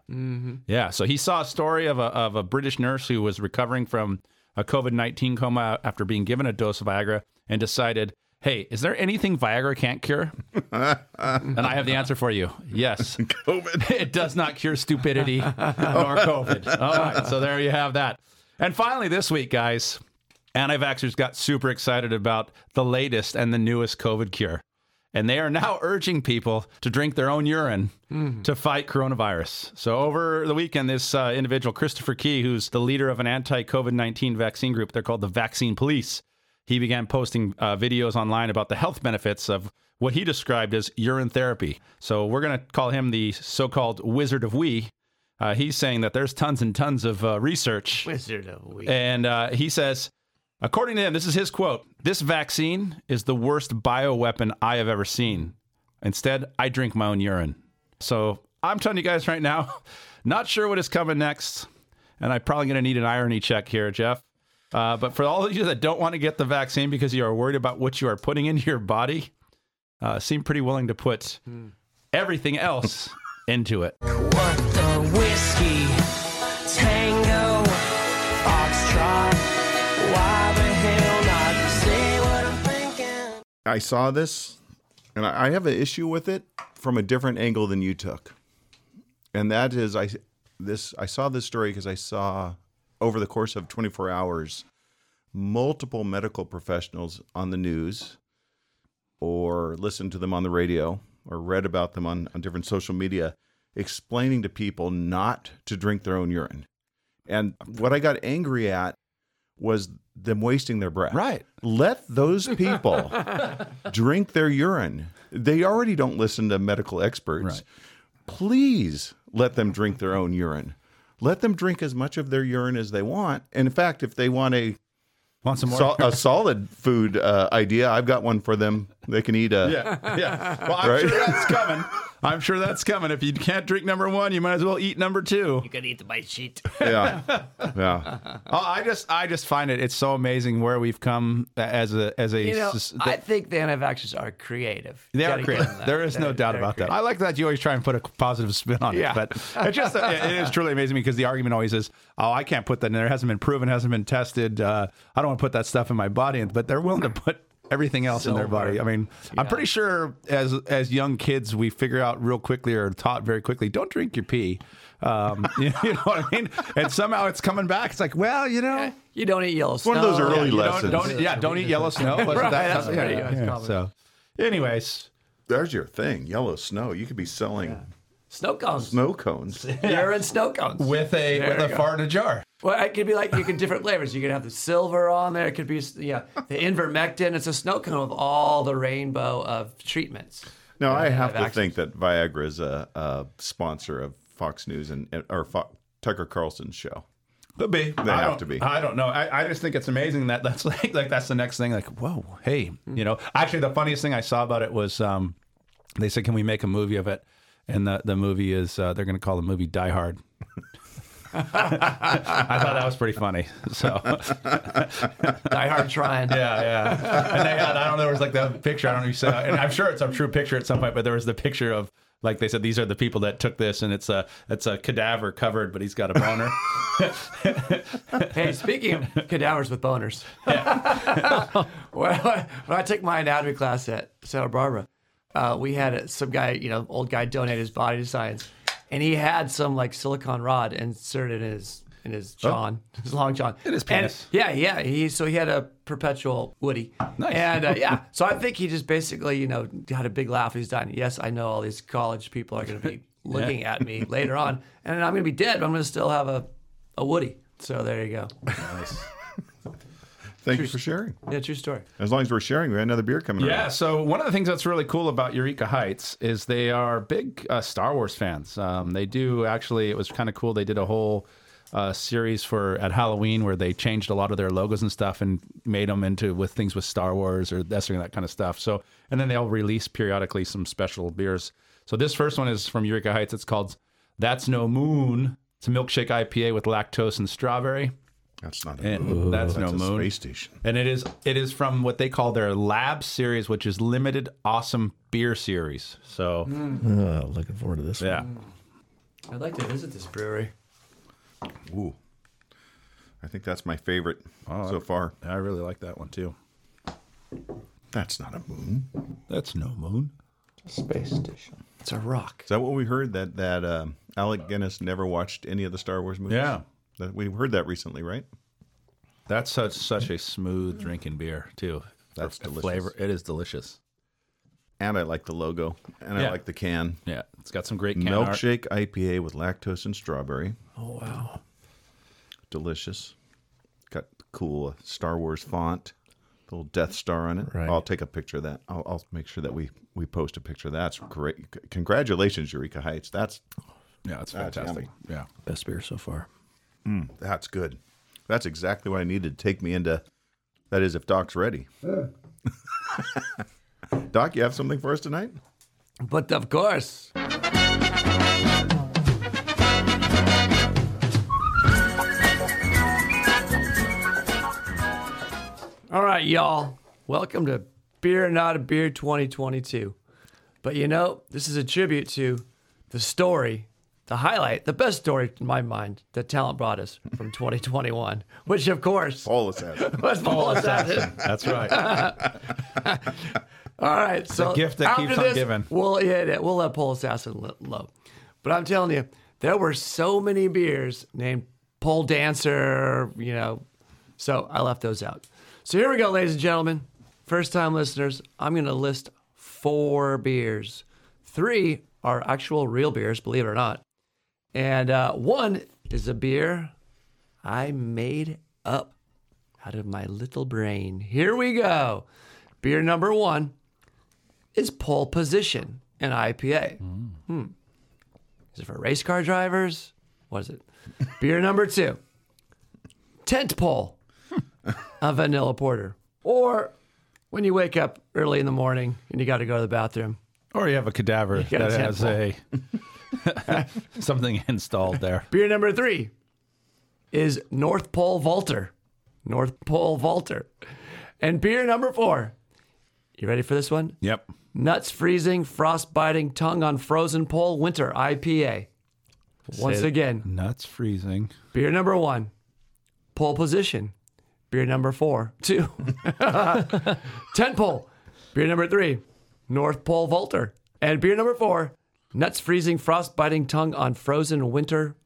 Speaker 4: Yeah. So he saw a story of a, of a British nurse who was recovering from a COVID 19 coma after being given a dose of Viagra and decided, hey, is there anything Viagra can't cure? and I have the answer for you yes.
Speaker 3: COVID.
Speaker 4: It does not cure stupidity nor COVID. All right. So there you have that. And finally, this week, guys, anti vaxxers got super excited about the latest and the newest COVID cure. And they are now urging people to drink their own urine to fight coronavirus. So, over the weekend, this uh, individual, Christopher Key, who's the leader of an anti COVID 19 vaccine group, they're called the Vaccine Police. He began posting uh, videos online about the health benefits of what he described as urine therapy. So, we're going to call him the so called Wizard of We. Uh, he's saying that there's tons and tons of uh, research
Speaker 5: Wizard of Week.
Speaker 4: and uh, he says, according to him, this is his quote this vaccine is the worst bioweapon I have ever seen. Instead, I drink my own urine. So I'm telling you guys right now, not sure what is coming next. And I'm probably going to need an irony check here, Jeff. Uh, but for all of you that don't want to get the vaccine because you are worried about what you are putting into your body, uh, seem pretty willing to put everything else into it.
Speaker 7: What the whiskey? Tango, foxtrot.
Speaker 3: I saw this, and I I have an issue with it from a different angle than you took, and that is I this I saw this story because I saw over the course of 24 hours multiple medical professionals on the news, or listened to them on the radio, or read about them on, on different social media, explaining to people not to drink their own urine, and what I got angry at was them wasting their breath.
Speaker 4: Right.
Speaker 3: Let those people drink their urine. They already don't listen to medical experts.
Speaker 4: Right.
Speaker 3: Please let them drink their own urine. Let them drink as much of their urine as they want. And in fact, if they want a
Speaker 4: Want some more?
Speaker 3: sol- a solid food uh, idea, I've got one for them. They can eat a
Speaker 4: yeah, yeah. Well, I'm
Speaker 3: Right?
Speaker 4: sure that's coming. I'm sure that's coming. If you can't drink number one, you might as well eat number two.
Speaker 5: You gotta eat the bite sheet.
Speaker 3: yeah. yeah.
Speaker 4: Oh, I just, I just find it. It's so amazing where we've come as a, as a.
Speaker 5: You know,
Speaker 4: s-
Speaker 5: I think the anti-vaxxers are creative.
Speaker 4: They
Speaker 5: You
Speaker 4: are
Speaker 5: gotta give them
Speaker 4: creative.
Speaker 5: that.
Speaker 4: There is no
Speaker 5: They're-
Speaker 4: doubt
Speaker 5: they're
Speaker 4: about that.
Speaker 5: creative.
Speaker 4: I like that you always try and put a positive spin on
Speaker 5: Yeah.
Speaker 4: it, but it's just it- it is truly amazing because the argument always is, "Oh, I can't put that in there. It hasn't been proven, hasn't been tested. Uh, I don't want to put that stuff in my body." But they're willing to put everything else in their body. I mean, I'm pretty sure as as young kids, we figure out real quickly or taught very quickly, don't drink your pee. Um, you, you know what I mean? And somehow it's coming back. It's like, well, you know.
Speaker 5: You don't eat yellow snow.
Speaker 3: one of those early
Speaker 4: you don't-
Speaker 3: lessons.
Speaker 4: Don't, e, yeah, don't eat yellow snow. Wasn't
Speaker 5: Right,
Speaker 4: that
Speaker 5: that's
Speaker 4: yeah,
Speaker 5: right, yeah, it's
Speaker 4: yeah.
Speaker 5: common.
Speaker 4: So, anyways,
Speaker 3: There's your thing. Yellow snow. You could be selling
Speaker 5: snow cones.
Speaker 3: snow cones.
Speaker 5: You're in snow cones.
Speaker 4: with a with a fart in a jar.
Speaker 5: well, it could be like you could different flavors. You could have the silver on there. It could be yeah, the invermectin. It's a snow cone with all the rainbow of treatments.
Speaker 3: No, I have
Speaker 5: have
Speaker 3: to
Speaker 5: access.
Speaker 3: think that Viagra is a, a sponsor of Fox News and or Fo- Tucker Carlson's show.
Speaker 4: Could be. They
Speaker 3: have to be.
Speaker 4: I don't know. I, I just think it's amazing that that's like like that's the next thing. Like, whoa, hey, you know. Actually, the funniest thing I saw about it was um, they said, "Can we make a movie of it?" And the the movie is uh, they're going to call the movie Die Hard. I thought that was pretty funny. So
Speaker 5: Die hard trying.
Speaker 4: yeah, yeah. And they had I don't know there was like that picture. I don't know if you saw, and I'm sure it's a true picture at some point. But there was the picture of like they said these are the people that took this, and it's a it's a cadaver covered, but he's got a boner.
Speaker 5: Hey, speaking of cadavers with boners, when, I- when I took my anatomy class at Santa Barbara, uh, we had a, some guy, you know, old guy, donate his body to science, and he had some like silicone rod inserted in his in his john, his long john, in
Speaker 4: Oh. his penis.
Speaker 5: yeah, yeah. He so he had a perpetual Woody.
Speaker 4: Nice.
Speaker 5: And uh, yeah, so I think he just basically, you know, had a big laugh. He's done. Yes, I know all these college people are going to be looking at me later on, and I'm going to be dead. But I'm going to still have a a Woody. So there you go.
Speaker 3: Thank you for sharing.
Speaker 5: Yeah, true story.
Speaker 3: As long as we're sharing, we got another beer coming.
Speaker 4: Yeah. So one of the things that's really cool about Eureka Heights is they are big uh, Star Wars fans. Um, they do actually. It was kind of cool. They did a whole uh, series for at Halloween where they changed a lot of their logos and stuff and made them into with things with Star Wars or that sort of that kind of stuff. So and then they'll release periodically some special beers. So this first one is from Eureka Heights. It's called That's No Moon. It's a milkshake IPA with lactose and strawberry.
Speaker 3: That's not a
Speaker 4: And
Speaker 3: moon.
Speaker 4: that's no
Speaker 3: a
Speaker 4: moon.
Speaker 3: space station.
Speaker 4: And it is it is from what they call their lab series, which is limited awesome beer series. So
Speaker 6: Oh, looking forward to this
Speaker 4: yeah.
Speaker 5: I'd like to visit this brewery.
Speaker 3: Ooh. I think that's my favorite so far.
Speaker 4: I really like that one too.
Speaker 3: That's not a moon.
Speaker 4: That's no moon.
Speaker 6: Space station.
Speaker 5: It's a rock.
Speaker 3: Is that what we heard? That that um, Alec Guinness never watched any of the Star Wars movies.
Speaker 4: Yeah.
Speaker 3: That, we heard that recently, right?
Speaker 4: That's such such a smooth drinking beer too. That's
Speaker 3: That's delicious.
Speaker 4: flavor. It is delicious.
Speaker 3: And I like the logo, and I
Speaker 4: Yeah.
Speaker 3: like the can.
Speaker 4: Yeah. It's got some great can art.
Speaker 3: Milkshake IPA with lactose and strawberry. Oh wow, delicious! Got the cool uh, Star Wars font, the little Death Star on it.
Speaker 6: Right.
Speaker 3: I'll take a picture of that. I'll, I'll make sure that we we post a picture. That's great. C- Congratulations, Eureka Heights. That's
Speaker 4: Yeah, it's
Speaker 3: That's
Speaker 4: fantastic.
Speaker 3: yummy.
Speaker 4: yeah.
Speaker 6: Best beer so far.
Speaker 3: that's good. That's exactly what I needed to take me into. That is, if Doc's ready. Doc, you have something for us tonight?
Speaker 5: But of course. All right, y'all. Welcome to Beer Not a Beer 2022. But you know, this is a tribute to the story, the highlight, the best story in my mind that talent brought us from 2021, which of course
Speaker 3: Paul is at
Speaker 5: was Paul Assassin.
Speaker 4: That's right.
Speaker 5: All right, so
Speaker 4: gift that
Speaker 5: after
Speaker 4: keeps on
Speaker 5: this,
Speaker 4: giving.
Speaker 5: We'll hit it. We'll let Paul Assassin lo- low. But I'm telling you, there were so many beers named Pole Dancer. You know, so I left those out. So here we go, ladies and gentlemen, first time listeners. I'm going to list four beers. Three are actual real beers, believe it or not, and uh, one is a beer I made up out of my little brain. Here we go. Beer number one is pole position in IPA. Hmm. Is it for race car drivers? What is it? Beer number two, tent pole, a vanilla porter. Or when you wake up early in the morning and you got to go to the bathroom.
Speaker 4: Or you have a cadaver
Speaker 5: got a
Speaker 4: that has a something installed there.
Speaker 5: Beer number three is North Pole Vaulter. North Pole Vaulter. And beer number four, you ready for this one?
Speaker 4: Yep.
Speaker 5: Nuts freezing, frostbiting, tongue on frozen pole, winter IPA. Once again,
Speaker 4: Nuts freezing.
Speaker 5: beer number one, pole position. Beer number four, two. Tent pole. Beer number three, North Pole Vaulter. And beer number four, nuts freezing, frostbiting, tongue on frozen winter.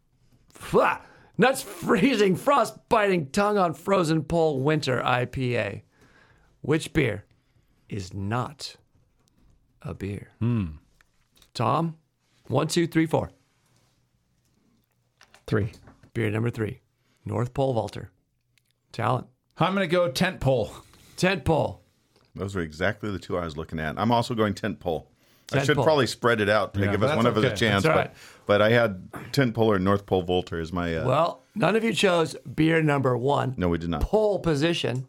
Speaker 5: Fla Nuts freezing, frostbiting, tongue on frozen pole winter IPA. Which beer is not a beer? Tom, one, two, three, four.
Speaker 6: Three.
Speaker 5: Beer number three, North Pole Vaulter. Talent.
Speaker 4: I'm gonna go tent pole.
Speaker 5: Tent pole.
Speaker 3: Those are exactly the two I was looking at. I'm also going tent pole. I
Speaker 5: Tent
Speaker 3: should
Speaker 5: pole.
Speaker 3: probably spread it out to give us
Speaker 4: that's
Speaker 3: one of us a
Speaker 4: okay.
Speaker 3: chance,
Speaker 5: That's all
Speaker 3: but
Speaker 5: right.
Speaker 3: but I had tent pole or North Pole Volter as my. Uh,
Speaker 5: Well, none of you chose beer number one.
Speaker 3: no, we did not.
Speaker 5: Pole Position,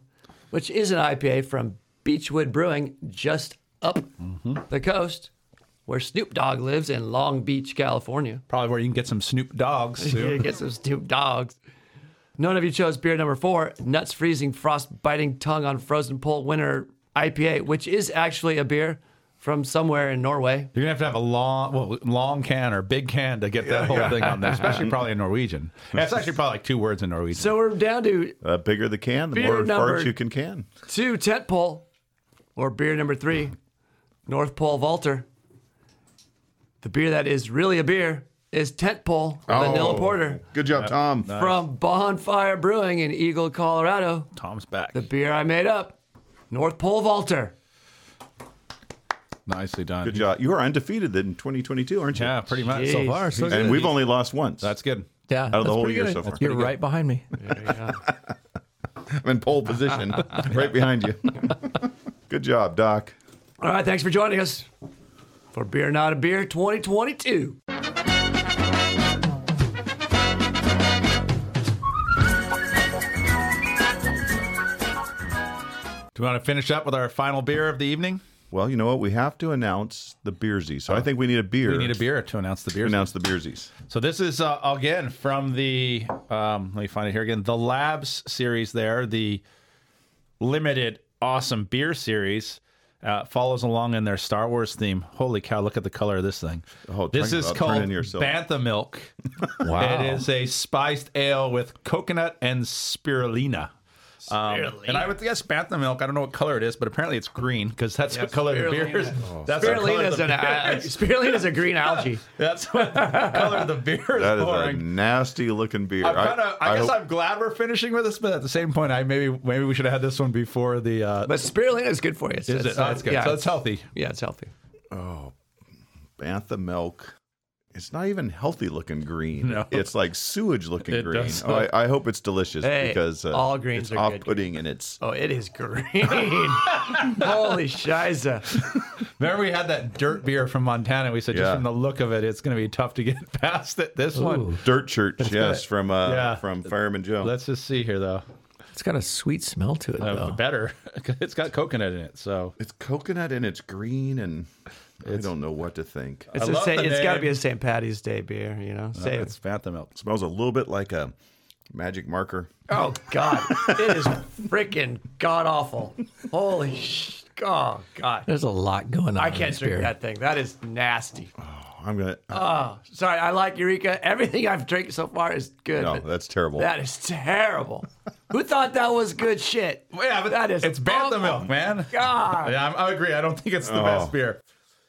Speaker 5: which is an IPA from Beechwood Brewing just up
Speaker 3: Mm-hmm.
Speaker 5: the coast where Snoop Dogg lives in Long Beach, California.
Speaker 4: Probably where you can get some Snoop Dogs
Speaker 5: You
Speaker 4: too.
Speaker 5: get some Snoop Dogs. None of you chose beer number four, Nuts Freezing Frost Biting Tongue on Frozen Pole Winter IPA, which is actually a beer from somewhere in Norway.
Speaker 4: You're gonna have to have a long, well, long can or big can to get that whole thing on there, especially probably in Norwegian. That's actually probably like two words in Norwegian.
Speaker 5: So we're down to
Speaker 3: The Uh, bigger the can, the
Speaker 5: Beer
Speaker 3: more
Speaker 5: number-
Speaker 3: farts you can can.
Speaker 5: two tent pole or beer number three north pole vaulter the beer that is really a beer is tent pole vanilla
Speaker 3: Oh,
Speaker 5: porter
Speaker 3: Good job, Tom.
Speaker 5: from bonfire brewing in eagle colorado
Speaker 4: Tom's back.
Speaker 5: the beer i made up north pole vaulter
Speaker 4: Nicely done.
Speaker 3: Good job. You are undefeated in 2022, aren't you?
Speaker 4: Yeah, pretty much so
Speaker 5: Jeez.
Speaker 4: far. So
Speaker 3: And
Speaker 4: good.
Speaker 3: we've only lost once.
Speaker 4: That's good.
Speaker 6: Yeah.
Speaker 3: Out of the whole year so far.
Speaker 6: You're right behind me.
Speaker 3: I'm in pole position, right behind you. Good job, Doc.
Speaker 5: all right thanks for joining us for beer not a beer 2022
Speaker 4: Do we want to finish up with our final beer of the evening?
Speaker 3: Well, you know what? We have to announce the beersy. So I think we need a beer.
Speaker 4: Oh. We need a beer to announce the
Speaker 3: to
Speaker 4: beers.
Speaker 3: announce the beersies.
Speaker 4: So this is uh, again from the um, let me find it here again. The Labs series there, the limited awesome beer series uh, follows along in their Star Wars theme. Holy cow! Look at the color of this thing.
Speaker 3: Oh,
Speaker 4: this
Speaker 3: talk
Speaker 4: is
Speaker 3: about
Speaker 4: called
Speaker 3: turning yourself.
Speaker 4: Bantha Milk.
Speaker 6: Wow.
Speaker 4: It is a spiced ale with coconut and spirulina. Um, and I would guess Bantha milk. I don't know what color it is, but apparently it's green because that's what color the beer is. That's what color
Speaker 5: spirulina's,
Speaker 4: the
Speaker 5: an,
Speaker 4: beer
Speaker 5: uh,
Speaker 4: is.
Speaker 5: spirulina's a green algae
Speaker 4: That's what color the beer is
Speaker 3: That is a
Speaker 4: pouring.
Speaker 3: nasty looking beer.
Speaker 4: I'm kind of. I, guess
Speaker 3: hope-
Speaker 4: I'm glad we're finishing with this, but at the same point, I maybe maybe we should have had this one before the. Uh,
Speaker 5: but spirulina's good for you
Speaker 4: is it? Oh, that's good.
Speaker 5: yeah,
Speaker 4: so it's healthy.
Speaker 5: yeah it's healthy
Speaker 3: Bantha milk. It's not even healthy looking green.
Speaker 4: No.
Speaker 3: It's like sewage looking
Speaker 4: It
Speaker 3: green.
Speaker 4: does
Speaker 3: Oh, I, I hope it's delicious
Speaker 5: Hey,
Speaker 3: because uh,
Speaker 5: all
Speaker 3: it's
Speaker 5: greens are good.
Speaker 3: off putting and it's
Speaker 5: Oh, it is green. Holy shiza.
Speaker 4: Remember, we had that dirt beer from Montana. We said
Speaker 3: Yeah.
Speaker 4: just from the look of it, it's going to be tough to get past it. This one.
Speaker 3: dirt church. yes, from uh,
Speaker 4: Yeah.
Speaker 3: from Fireman Joe.
Speaker 4: Let's just see here, though.
Speaker 6: It's got a sweet smell to it,
Speaker 4: Uh,
Speaker 6: though.
Speaker 4: Better. it's got coconut in it, so
Speaker 3: it's coconut and it's green and I don't know what to think.
Speaker 5: It's,
Speaker 4: I
Speaker 5: a
Speaker 4: love
Speaker 5: sa-
Speaker 4: the
Speaker 5: it's got to
Speaker 4: name. Uh-huh.
Speaker 5: be a St. Patty's Day beer, you know? Save
Speaker 4: it's Fanta milk.
Speaker 3: smells a little bit like a magic marker.
Speaker 5: Oh, God. it is freaking god awful. Holy sh. Oh, God.
Speaker 6: There's a lot going on.
Speaker 5: I
Speaker 6: in
Speaker 5: can't
Speaker 6: this
Speaker 5: drink
Speaker 6: beer.
Speaker 5: that thing. That is nasty.
Speaker 3: Oh, I'm gonna.
Speaker 5: Oh, sorry. I like Eureka. Everything I've drank so far is good.
Speaker 3: no,
Speaker 5: but
Speaker 3: that's terrible.
Speaker 5: Oh, that is terrible. Who thought that was good shit?
Speaker 4: Yeah, but
Speaker 5: that is
Speaker 4: it's Bantha
Speaker 5: awful.
Speaker 4: milk, man.
Speaker 5: God.
Speaker 4: Yeah, I'm, I agree. I don't think it's the
Speaker 3: Oh.
Speaker 4: best beer.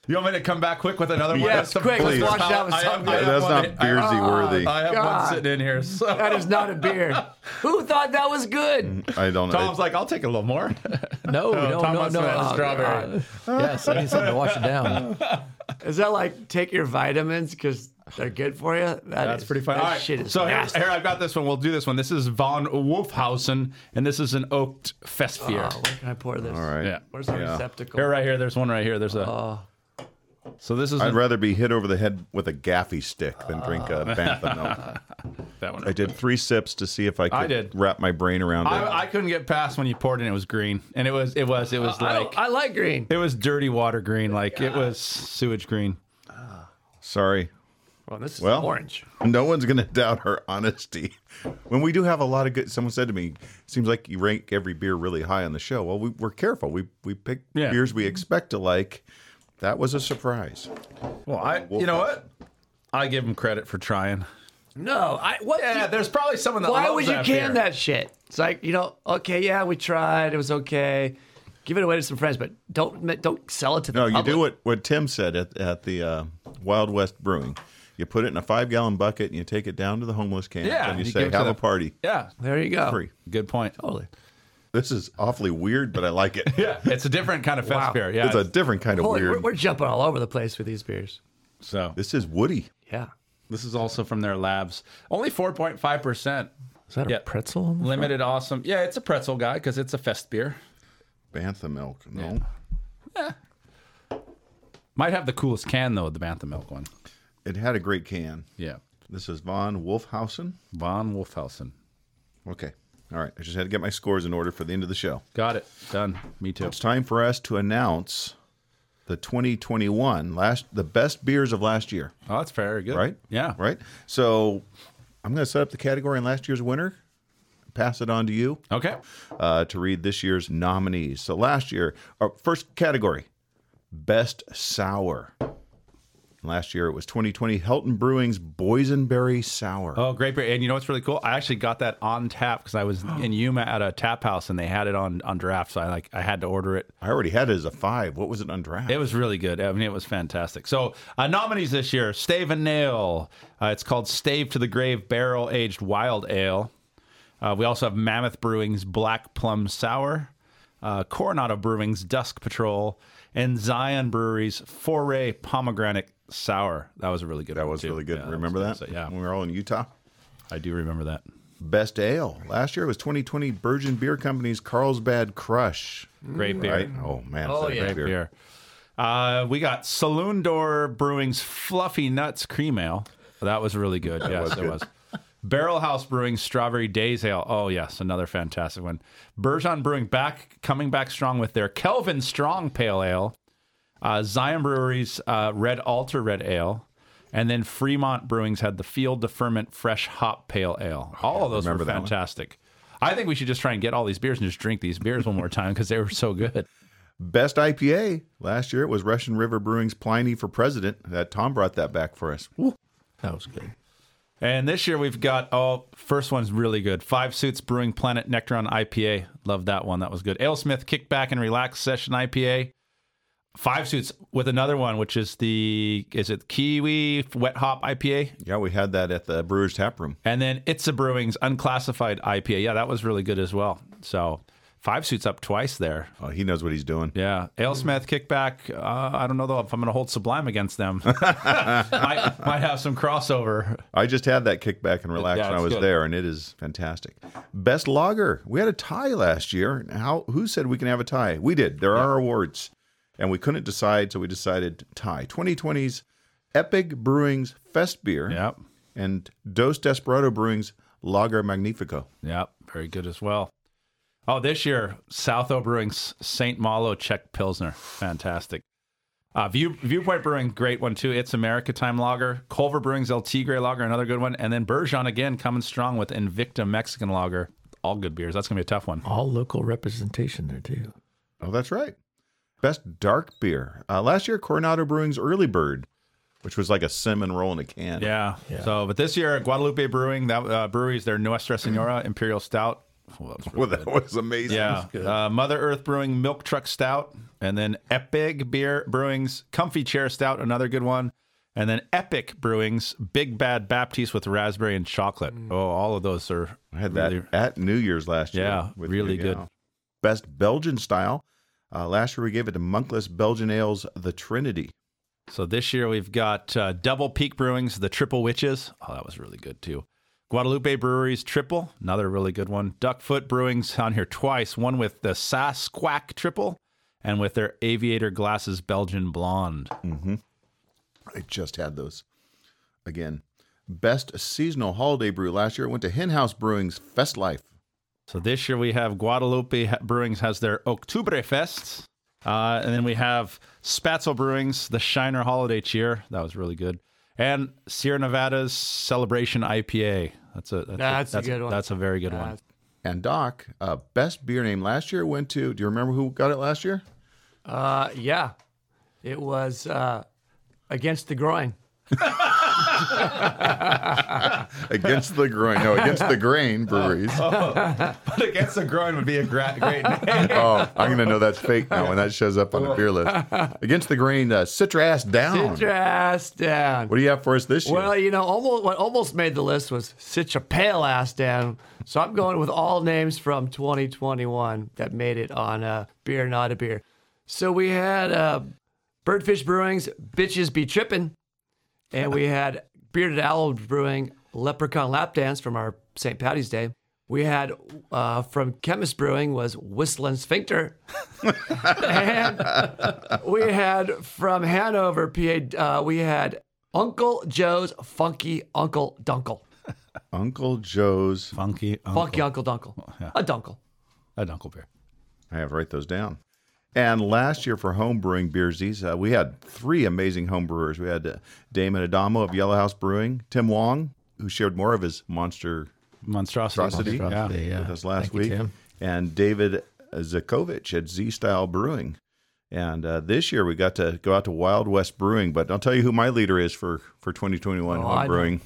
Speaker 4: You want me to come back quick with another one?
Speaker 5: Yes,
Speaker 4: That's the-
Speaker 5: quick, let's
Speaker 4: please.
Speaker 5: wash out with
Speaker 4: I have-
Speaker 5: something
Speaker 4: I have
Speaker 3: that's
Speaker 4: one-
Speaker 3: not beersy worthy.
Speaker 4: I, I have
Speaker 5: God.
Speaker 4: one sitting in here. So
Speaker 5: That is not a beer. Who thought that was good?
Speaker 3: I don't know.
Speaker 4: Tom's like, I'll take a little more.
Speaker 6: No, no, no,
Speaker 4: Tom
Speaker 6: no.
Speaker 4: wants to have
Speaker 6: Oh,
Speaker 4: strawberry.
Speaker 6: God. yes, I need something to wash it down.
Speaker 5: Is that like take your vitamins because they're good for you? That
Speaker 4: That's
Speaker 5: is-
Speaker 4: pretty funny.
Speaker 5: That
Speaker 4: All right,
Speaker 5: shit is
Speaker 4: so here,
Speaker 5: nasty.
Speaker 4: here I've got this one. We'll do this one. This is von Wolfhausen, and this is an oaked Festbier.
Speaker 5: Oh, where can I pour this?
Speaker 3: All right.
Speaker 4: Yeah.
Speaker 5: Where's our
Speaker 3: Yeah.
Speaker 5: receptacle?
Speaker 4: Here, right here. There's one right here. There's a.
Speaker 5: Uh,
Speaker 4: so this is
Speaker 3: I'd
Speaker 4: an-
Speaker 3: rather be hit over the head with a gaffy stick than drink a bantha milk.
Speaker 4: Ah. that one.
Speaker 3: I did three sips to see if I could
Speaker 4: I did.
Speaker 3: wrap my brain around it.
Speaker 4: I, I couldn't get past when you poured it. and It was green, and it was it was it was
Speaker 5: I,
Speaker 4: like
Speaker 5: don't- I like green.
Speaker 4: it was dirty water green, like it was sewage green.
Speaker 3: Sorry.
Speaker 5: Well, this is
Speaker 3: Well,
Speaker 5: orange.
Speaker 3: No one's going to doubt our honesty. When we do have a lot of good, someone said to me, "Seems like you rank every beer really high on the show." Well, we, we're careful. We we pick
Speaker 4: Yeah.
Speaker 3: beers we expect to like. That was a surprise.
Speaker 4: Well, I you know what? I give him credit for trying.
Speaker 5: No, I what?
Speaker 4: Yeah,
Speaker 5: you-
Speaker 4: there's probably someone that
Speaker 5: why
Speaker 4: loves
Speaker 5: would you
Speaker 4: that
Speaker 5: can
Speaker 4: beer.
Speaker 5: that shit? It's like you know, okay, yeah, we tried, it was okay. Give it away to some friends, but don't don't sell it to the
Speaker 3: No, you
Speaker 5: public.
Speaker 3: do what what Tim said at at the uh, Wild West Brewing. You put it in a five gallon bucket and you take it down to the homeless camp
Speaker 4: Yeah,
Speaker 3: and you,
Speaker 4: you
Speaker 3: say,
Speaker 4: give it to
Speaker 3: "Have a
Speaker 4: the-
Speaker 3: party."
Speaker 4: Yeah,
Speaker 5: There you go.
Speaker 3: Free.
Speaker 4: good point.
Speaker 5: Totally.
Speaker 3: This is awfully weird, but I like it.
Speaker 4: Yeah, it's a different kind of fest
Speaker 5: Wow.
Speaker 4: beer. Yeah,
Speaker 3: It's a different kind of
Speaker 5: Holy,
Speaker 3: weird.
Speaker 5: we're, we're jumping all over the place with these beers.
Speaker 4: so
Speaker 3: This is Woody.
Speaker 5: Yeah.
Speaker 4: this is also from their labs. Only four point five percent.
Speaker 6: Is that a
Speaker 4: Yeah.
Speaker 6: pretzel? on the front?
Speaker 4: Limited awesome. Yeah, it's a pretzel guy because it's a fest beer.
Speaker 3: Bantha milk. No.
Speaker 4: Might have the coolest can though, the Bantha Milk one.
Speaker 3: It had a great can.
Speaker 4: Yeah.
Speaker 3: This is Von Wolfhausen.
Speaker 4: Von Wolfhausen.
Speaker 3: Okay. All right. I just had to get my scores in order for the end of the show.
Speaker 4: Got it. Done. Me too.
Speaker 3: It's time for us to announce the 2021 last the best beers of last year,
Speaker 4: Oh, that's very good.
Speaker 3: right?
Speaker 4: Yeah.
Speaker 3: Right? So I'm going to set up the category and last year's winner, pass it on to you
Speaker 4: Okay.
Speaker 3: uh, to read this year's nominees. So last year, our first category, best sour. Last year it was 2020 Helton Brewing's Boysenberry Sour.
Speaker 4: Oh, great beer. And you know what's really cool? I actually got that on tap because I was in Yuma at a tap house and they had it on on draft. So I like I had to order it.
Speaker 3: I already had it as a five. What was it on draft?
Speaker 4: It was really good. I mean, it was fantastic. So, uh, nominees this year Stave and Nail. Uh, it's called Stave to the Grave Barrel Aged Wild Ale. Uh, we also have Mammoth Brewing's Black Plum Sour, uh, Coronado Brewing's Dusk Patrol, and Zion Brewery's Foray Pomegranate Sour. That was a really good
Speaker 3: that
Speaker 4: one,
Speaker 3: was
Speaker 4: too.
Speaker 3: really good.
Speaker 4: Yeah,
Speaker 3: Remember that?
Speaker 4: was good. So,
Speaker 3: When
Speaker 4: yeah,
Speaker 3: we were all in Utah.
Speaker 4: I do remember that.
Speaker 3: Best ale. Last year was 2020 Virgin Beer Company's Carlsbad Crush.
Speaker 4: Great beer.
Speaker 3: Right? Oh, man. is
Speaker 5: Oh,
Speaker 3: that a
Speaker 5: yeah.
Speaker 3: great beer.
Speaker 4: beer. Uh, we got Saloon Door Brewing's Fluffy Nuts Cream Ale. That was really good. yes, it was. Barrel House Brewing Strawberry Days Ale. Oh yes, another fantastic one. Bergeon Brewing back coming back strong with their Kelvin Strong Pale Ale. Uh, Zion Brewery's uh, Red Altar Red Ale. And then Fremont Brewing's had the Field to Ferment Fresh Hop Pale Ale. All of those were
Speaker 3: remember that one.
Speaker 4: fantastic. I think we should just try and get all these beers and just drink these beers one more time because they were so good.
Speaker 3: Best IPA. Last year it was Russian River Brewing's Pliny for President. That Tom brought that back for us. Woo.
Speaker 6: That was good.
Speaker 4: And this year we've got oh first one's really good. Five Suits Brewing Planet Nectaron IPA. Love that one. That was good. Alesmith Kickback and Relax Session IPA. Five Suits with another one, which is the is it Kiwi Wet Hop IPA,
Speaker 3: Yeah, we had that at the Brewers Tap Room.
Speaker 4: and then Itza Brewing's Unclassified IPA. Yeah, that was really good as well. So Five Suits up twice there.
Speaker 3: Oh, he knows what he's doing.
Speaker 4: Yeah, Alesmith Kickback. Uh, I don't know though if I'm going to hold Sublime against them. might, might have some crossover.
Speaker 3: I just had that kickback and relax
Speaker 4: Yeah,
Speaker 3: when I
Speaker 4: it's
Speaker 3: was
Speaker 4: good.
Speaker 3: there, and it is fantastic. Best lager. We had a tie last year. How? Who said we can have a tie? We did. There are awards, and we couldn't decide, so we decided tie. 2020's Epic Brewing's Fest Beer.
Speaker 4: Yep.
Speaker 3: And Dos Desperado Brewing's Lager Magnifico.
Speaker 4: Yep, very good as well. Oh, this year, South O Brewing's St. Malo Czech Pilsner. Fantastic. Uh, View, Viewpoint Brewing, great one too. It's America Time Lager. Culver Brewing's El Tigre Lager, another good one. And then Bergeon again coming strong with Invicta Mexican Lager. All good beers. That's going to be a tough one.
Speaker 6: All local representation there too.
Speaker 3: Oh, that's right. Best dark beer. Uh, last year, Coronado Brewing's Early Bird which was like a cinnamon roll in a can.
Speaker 4: Yeah.
Speaker 6: Yeah.
Speaker 4: So, but this year, Guadalupe Brewing, that uh, brewery's their Nuestra Senora Imperial Stout. Well, that was really
Speaker 3: Well, that was amazing.
Speaker 4: Yeah. Uh, Mother Earth Brewing Milk Truck Stout, and then Epic Beer Brewing's Comfy Chair Stout, another good one, and then Epic Brewing's Big Bad Baptiste with raspberry and chocolate. Oh, all of those are
Speaker 3: Mm. I had that
Speaker 4: really-
Speaker 3: at New Year's last year.
Speaker 4: Yeah,
Speaker 3: with
Speaker 4: really
Speaker 3: you,
Speaker 4: good.
Speaker 3: yeah. Best Belgian style. Uh, last year we gave it to Monkless Belgian Ales, the Trinity.
Speaker 4: So this year we've got uh, Double Peak Brewing's The Triple Witches. Oh, that was really good too. Guadalupe Brewery's Triple, another really good one. Duckfoot Brewing's on here twice, one with the Sasquack Triple and with their Aviator Glasses Belgian Blonde.
Speaker 3: I just had those. Again, best seasonal holiday brew last year it went to Hen House Brewing's Fest Life.
Speaker 4: So this year we have Guadalupe Ha- Brewings has their Oktoberfest. Uh, and then we have Spatzel Brewings, the Shiner Holiday Cheer. That was really good. And Sierra Nevada's Celebration IPA. That's a that's,
Speaker 5: That's a good one.
Speaker 4: That's a very good one.
Speaker 5: That's-
Speaker 3: And Doc, uh, best beer name last year went to. Do you remember who got it last year?
Speaker 5: Uh, yeah, it was uh, against the groin.
Speaker 3: Against the grain. No, against the grain breweries. Oh,
Speaker 4: But against the groin would be a gra- great name.
Speaker 3: Oh, I'm gonna know that's fake now when that shows up on the beer list. Against the grain, uh, sit your ass down.
Speaker 5: Sit your ass down.
Speaker 3: What do you have for us this year?
Speaker 5: Well, you know, almost what almost made the list was sit your pale ass down. So I'm going with all names from 2021 that made it on uh, beer, not a beer. So we had uh, Birdfish Brewing's Bitches Be Trippin', and we had Bearded Owl Brewing Leprechaun Lap Dance from our St. Patty's Day. We had uh, from Chemist Brewing was Whistling Sphincter, and we had from Hanover, PA, uh, we had Uncle Joe's Funky Uncle Dunkle.
Speaker 3: Uncle Joe's.
Speaker 4: Funky uh, Uncle.
Speaker 5: Funky Uncle Dunkle. A Dunkle.
Speaker 4: An Uncle Beer.
Speaker 3: I have to write those down. And last year for home brewing beersies, uh, we had three amazing home brewers. We had uh, Damon Adamo of Yellow House Brewing, Tim Wong, who shared more of his monster
Speaker 4: Monstrosity.
Speaker 3: atrocity
Speaker 4: Yeah.
Speaker 6: yeah.
Speaker 3: with us last
Speaker 6: Thank you,
Speaker 3: week,
Speaker 6: Tim.
Speaker 3: and David Zakovich at Z Style Brewing. And uh, this year we got to go out to Wild West Brewing, but I'll tell you who my leader is for for 2021
Speaker 5: Oh,
Speaker 3: home
Speaker 5: I know.
Speaker 3: brewing.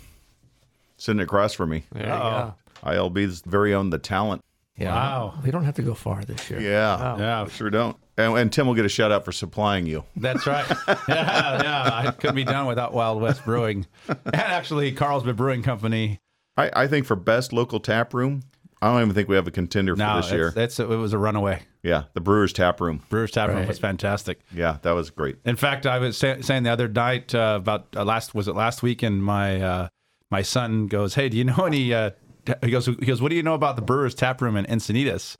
Speaker 3: Sitting across from me,
Speaker 5: There you go.
Speaker 3: ILB's very own the talent.
Speaker 6: Yeah.
Speaker 4: Wow.
Speaker 6: We don't have to go far this year.
Speaker 3: Yeah,
Speaker 4: Yeah.
Speaker 3: sure don't. And, and Tim will get a shout out for supplying you.
Speaker 4: That's right. Yeah, yeah. I couldn't be done without Wild West Brewing. And actually Carlsbad Brewing Company.
Speaker 3: I, I think for best local tap room, I don't even think we have a contender for
Speaker 4: No,
Speaker 3: this year.
Speaker 4: That's, that's- it was a runaway.
Speaker 3: yeah, the Brewers Tap Room.
Speaker 4: Brewers Tavern was fantastic.
Speaker 3: Yeah, that was great.
Speaker 4: In fact, I was say, saying the other night uh, about uh, last was it last weekend? My uh, my son goes, "Hey, do you know any?" Uh, ta-" he goes, "He goes, what do you know about the Brewers Tap Room in Encinitas?"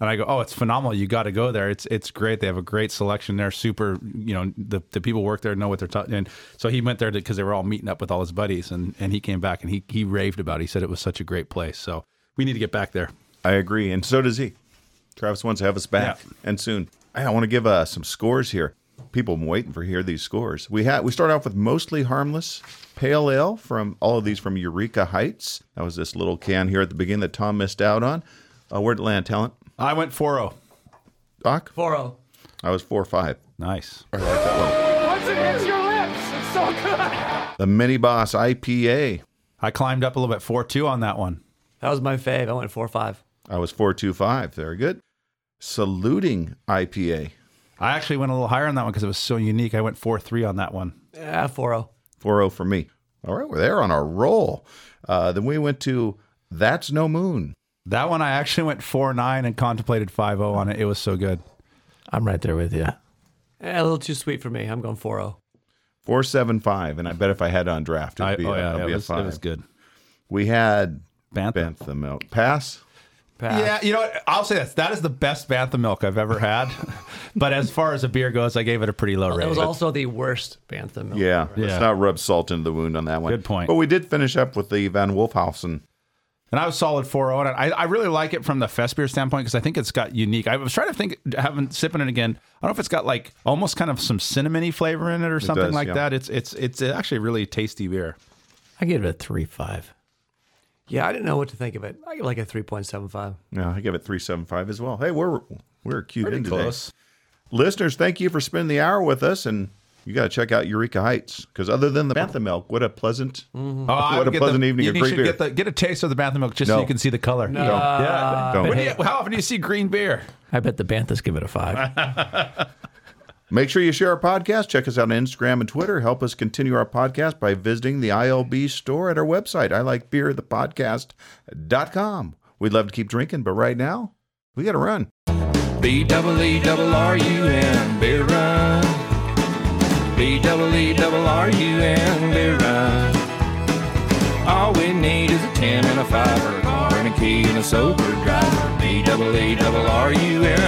Speaker 4: And I go, "Oh, it's phenomenal. You got to go there. It's it's great. They have a great selection there. Super. You know, the, the people work there know what they're talking." And so he went there because they were all meeting up with all his buddies, and and he came back and he he raved about. it. He said it was such a great place. So we need to get back there.
Speaker 3: I agree, and so does he. Travis wants to have us back,
Speaker 4: Yeah.
Speaker 3: and soon. Hey, I want to give uh, some scores here. People have been waiting for hear these scores. We had we start off with mostly harmless pale ale from all of these from Eureka Heights. That was this little can here at the beginning that Tom missed out on. Uh, where'd it land, talent?
Speaker 4: I went oh. 4-0.
Speaker 3: Doc,
Speaker 5: 4
Speaker 3: I was four or five.
Speaker 4: Nice.
Speaker 3: The Mini Boss IPA.
Speaker 4: I climbed up a little bit 4-2 on that one.
Speaker 5: That was my fave. I went 4 5.
Speaker 3: I was 425. Very good. Saluting IPA,
Speaker 4: I actually went a little higher on that one because it was so unique. I went four three on that one.
Speaker 5: Yeah, 4 0.
Speaker 3: 40 for me. All right, we're there on our roll. Uh, then we went to That's No Moon.
Speaker 4: That one I actually went four nine and contemplated five zero on it. It was so good.
Speaker 6: I'm right there with you.
Speaker 5: Eh, a little too sweet for me. I'm going 4 0.
Speaker 3: 475. And I bet if I had it on draft, it'd
Speaker 4: I,
Speaker 3: be,
Speaker 4: oh
Speaker 3: a-
Speaker 4: yeah,
Speaker 3: it'd
Speaker 4: it
Speaker 3: be a
Speaker 4: was, it
Speaker 3: five.
Speaker 4: was good.
Speaker 3: We had
Speaker 4: Bantha.
Speaker 3: Bantha Milk. Pass.
Speaker 5: Pass.
Speaker 4: Yeah, you know, what? I'll say this: that is the best bantha milk I've ever had. but as far as a beer goes, I gave it a pretty low
Speaker 5: That
Speaker 4: rating.
Speaker 5: was also the worst Bantha milk.
Speaker 3: Yeah,
Speaker 4: Yeah.
Speaker 3: let's not rub salt into the wound on that one.
Speaker 4: Good point.
Speaker 3: But we did finish up with the Van Wolfhausen.
Speaker 4: and I was solid four zero. And I, I really like it from the fest beer standpoint because I think it's got unique. I was trying to think, having sipping it again. I don't know if it's got like almost kind of some cinnamony flavor in it or something
Speaker 3: does,
Speaker 4: like
Speaker 3: yeah.
Speaker 4: that. It's it's it's actually a really tasty beer.
Speaker 6: I gave it a three five.
Speaker 5: Yeah, I didn't know what to think of it. I give it like a 3.75.
Speaker 3: No, I give it 375 as well. Hey, we're we're cute
Speaker 4: Pretty
Speaker 3: in today.
Speaker 4: close.
Speaker 3: Listeners, thank you for spending the hour with us. And You got to check out Eureka Heights because other than the Bantha milk, what a pleasant,
Speaker 4: Oh, I
Speaker 3: what
Speaker 4: would
Speaker 3: a
Speaker 4: get
Speaker 3: pleasant
Speaker 4: the,
Speaker 3: evening
Speaker 4: You
Speaker 3: of
Speaker 4: need-
Speaker 3: great
Speaker 4: should
Speaker 3: beer.
Speaker 4: Get, the, get a taste of the Bantha milk just
Speaker 3: No.
Speaker 4: so you can see the color.
Speaker 3: Don't.
Speaker 4: Yeah.
Speaker 3: Don't.
Speaker 4: When do you- how often do you see green beer?
Speaker 6: I bet the Banthas give it a five.
Speaker 3: Make sure you share our podcast. Check us out on Instagram and Twitter. Help us continue our podcast by visiting the ILB store at our website, I like beer, the podcast.com. We'd love to keep drinking, but right now, we got to run.
Speaker 2: B double E double R U N beer run. B double E double R U N beer run. All we need is a ten and a five, or a car and a key and a sober driver. B double E double R U N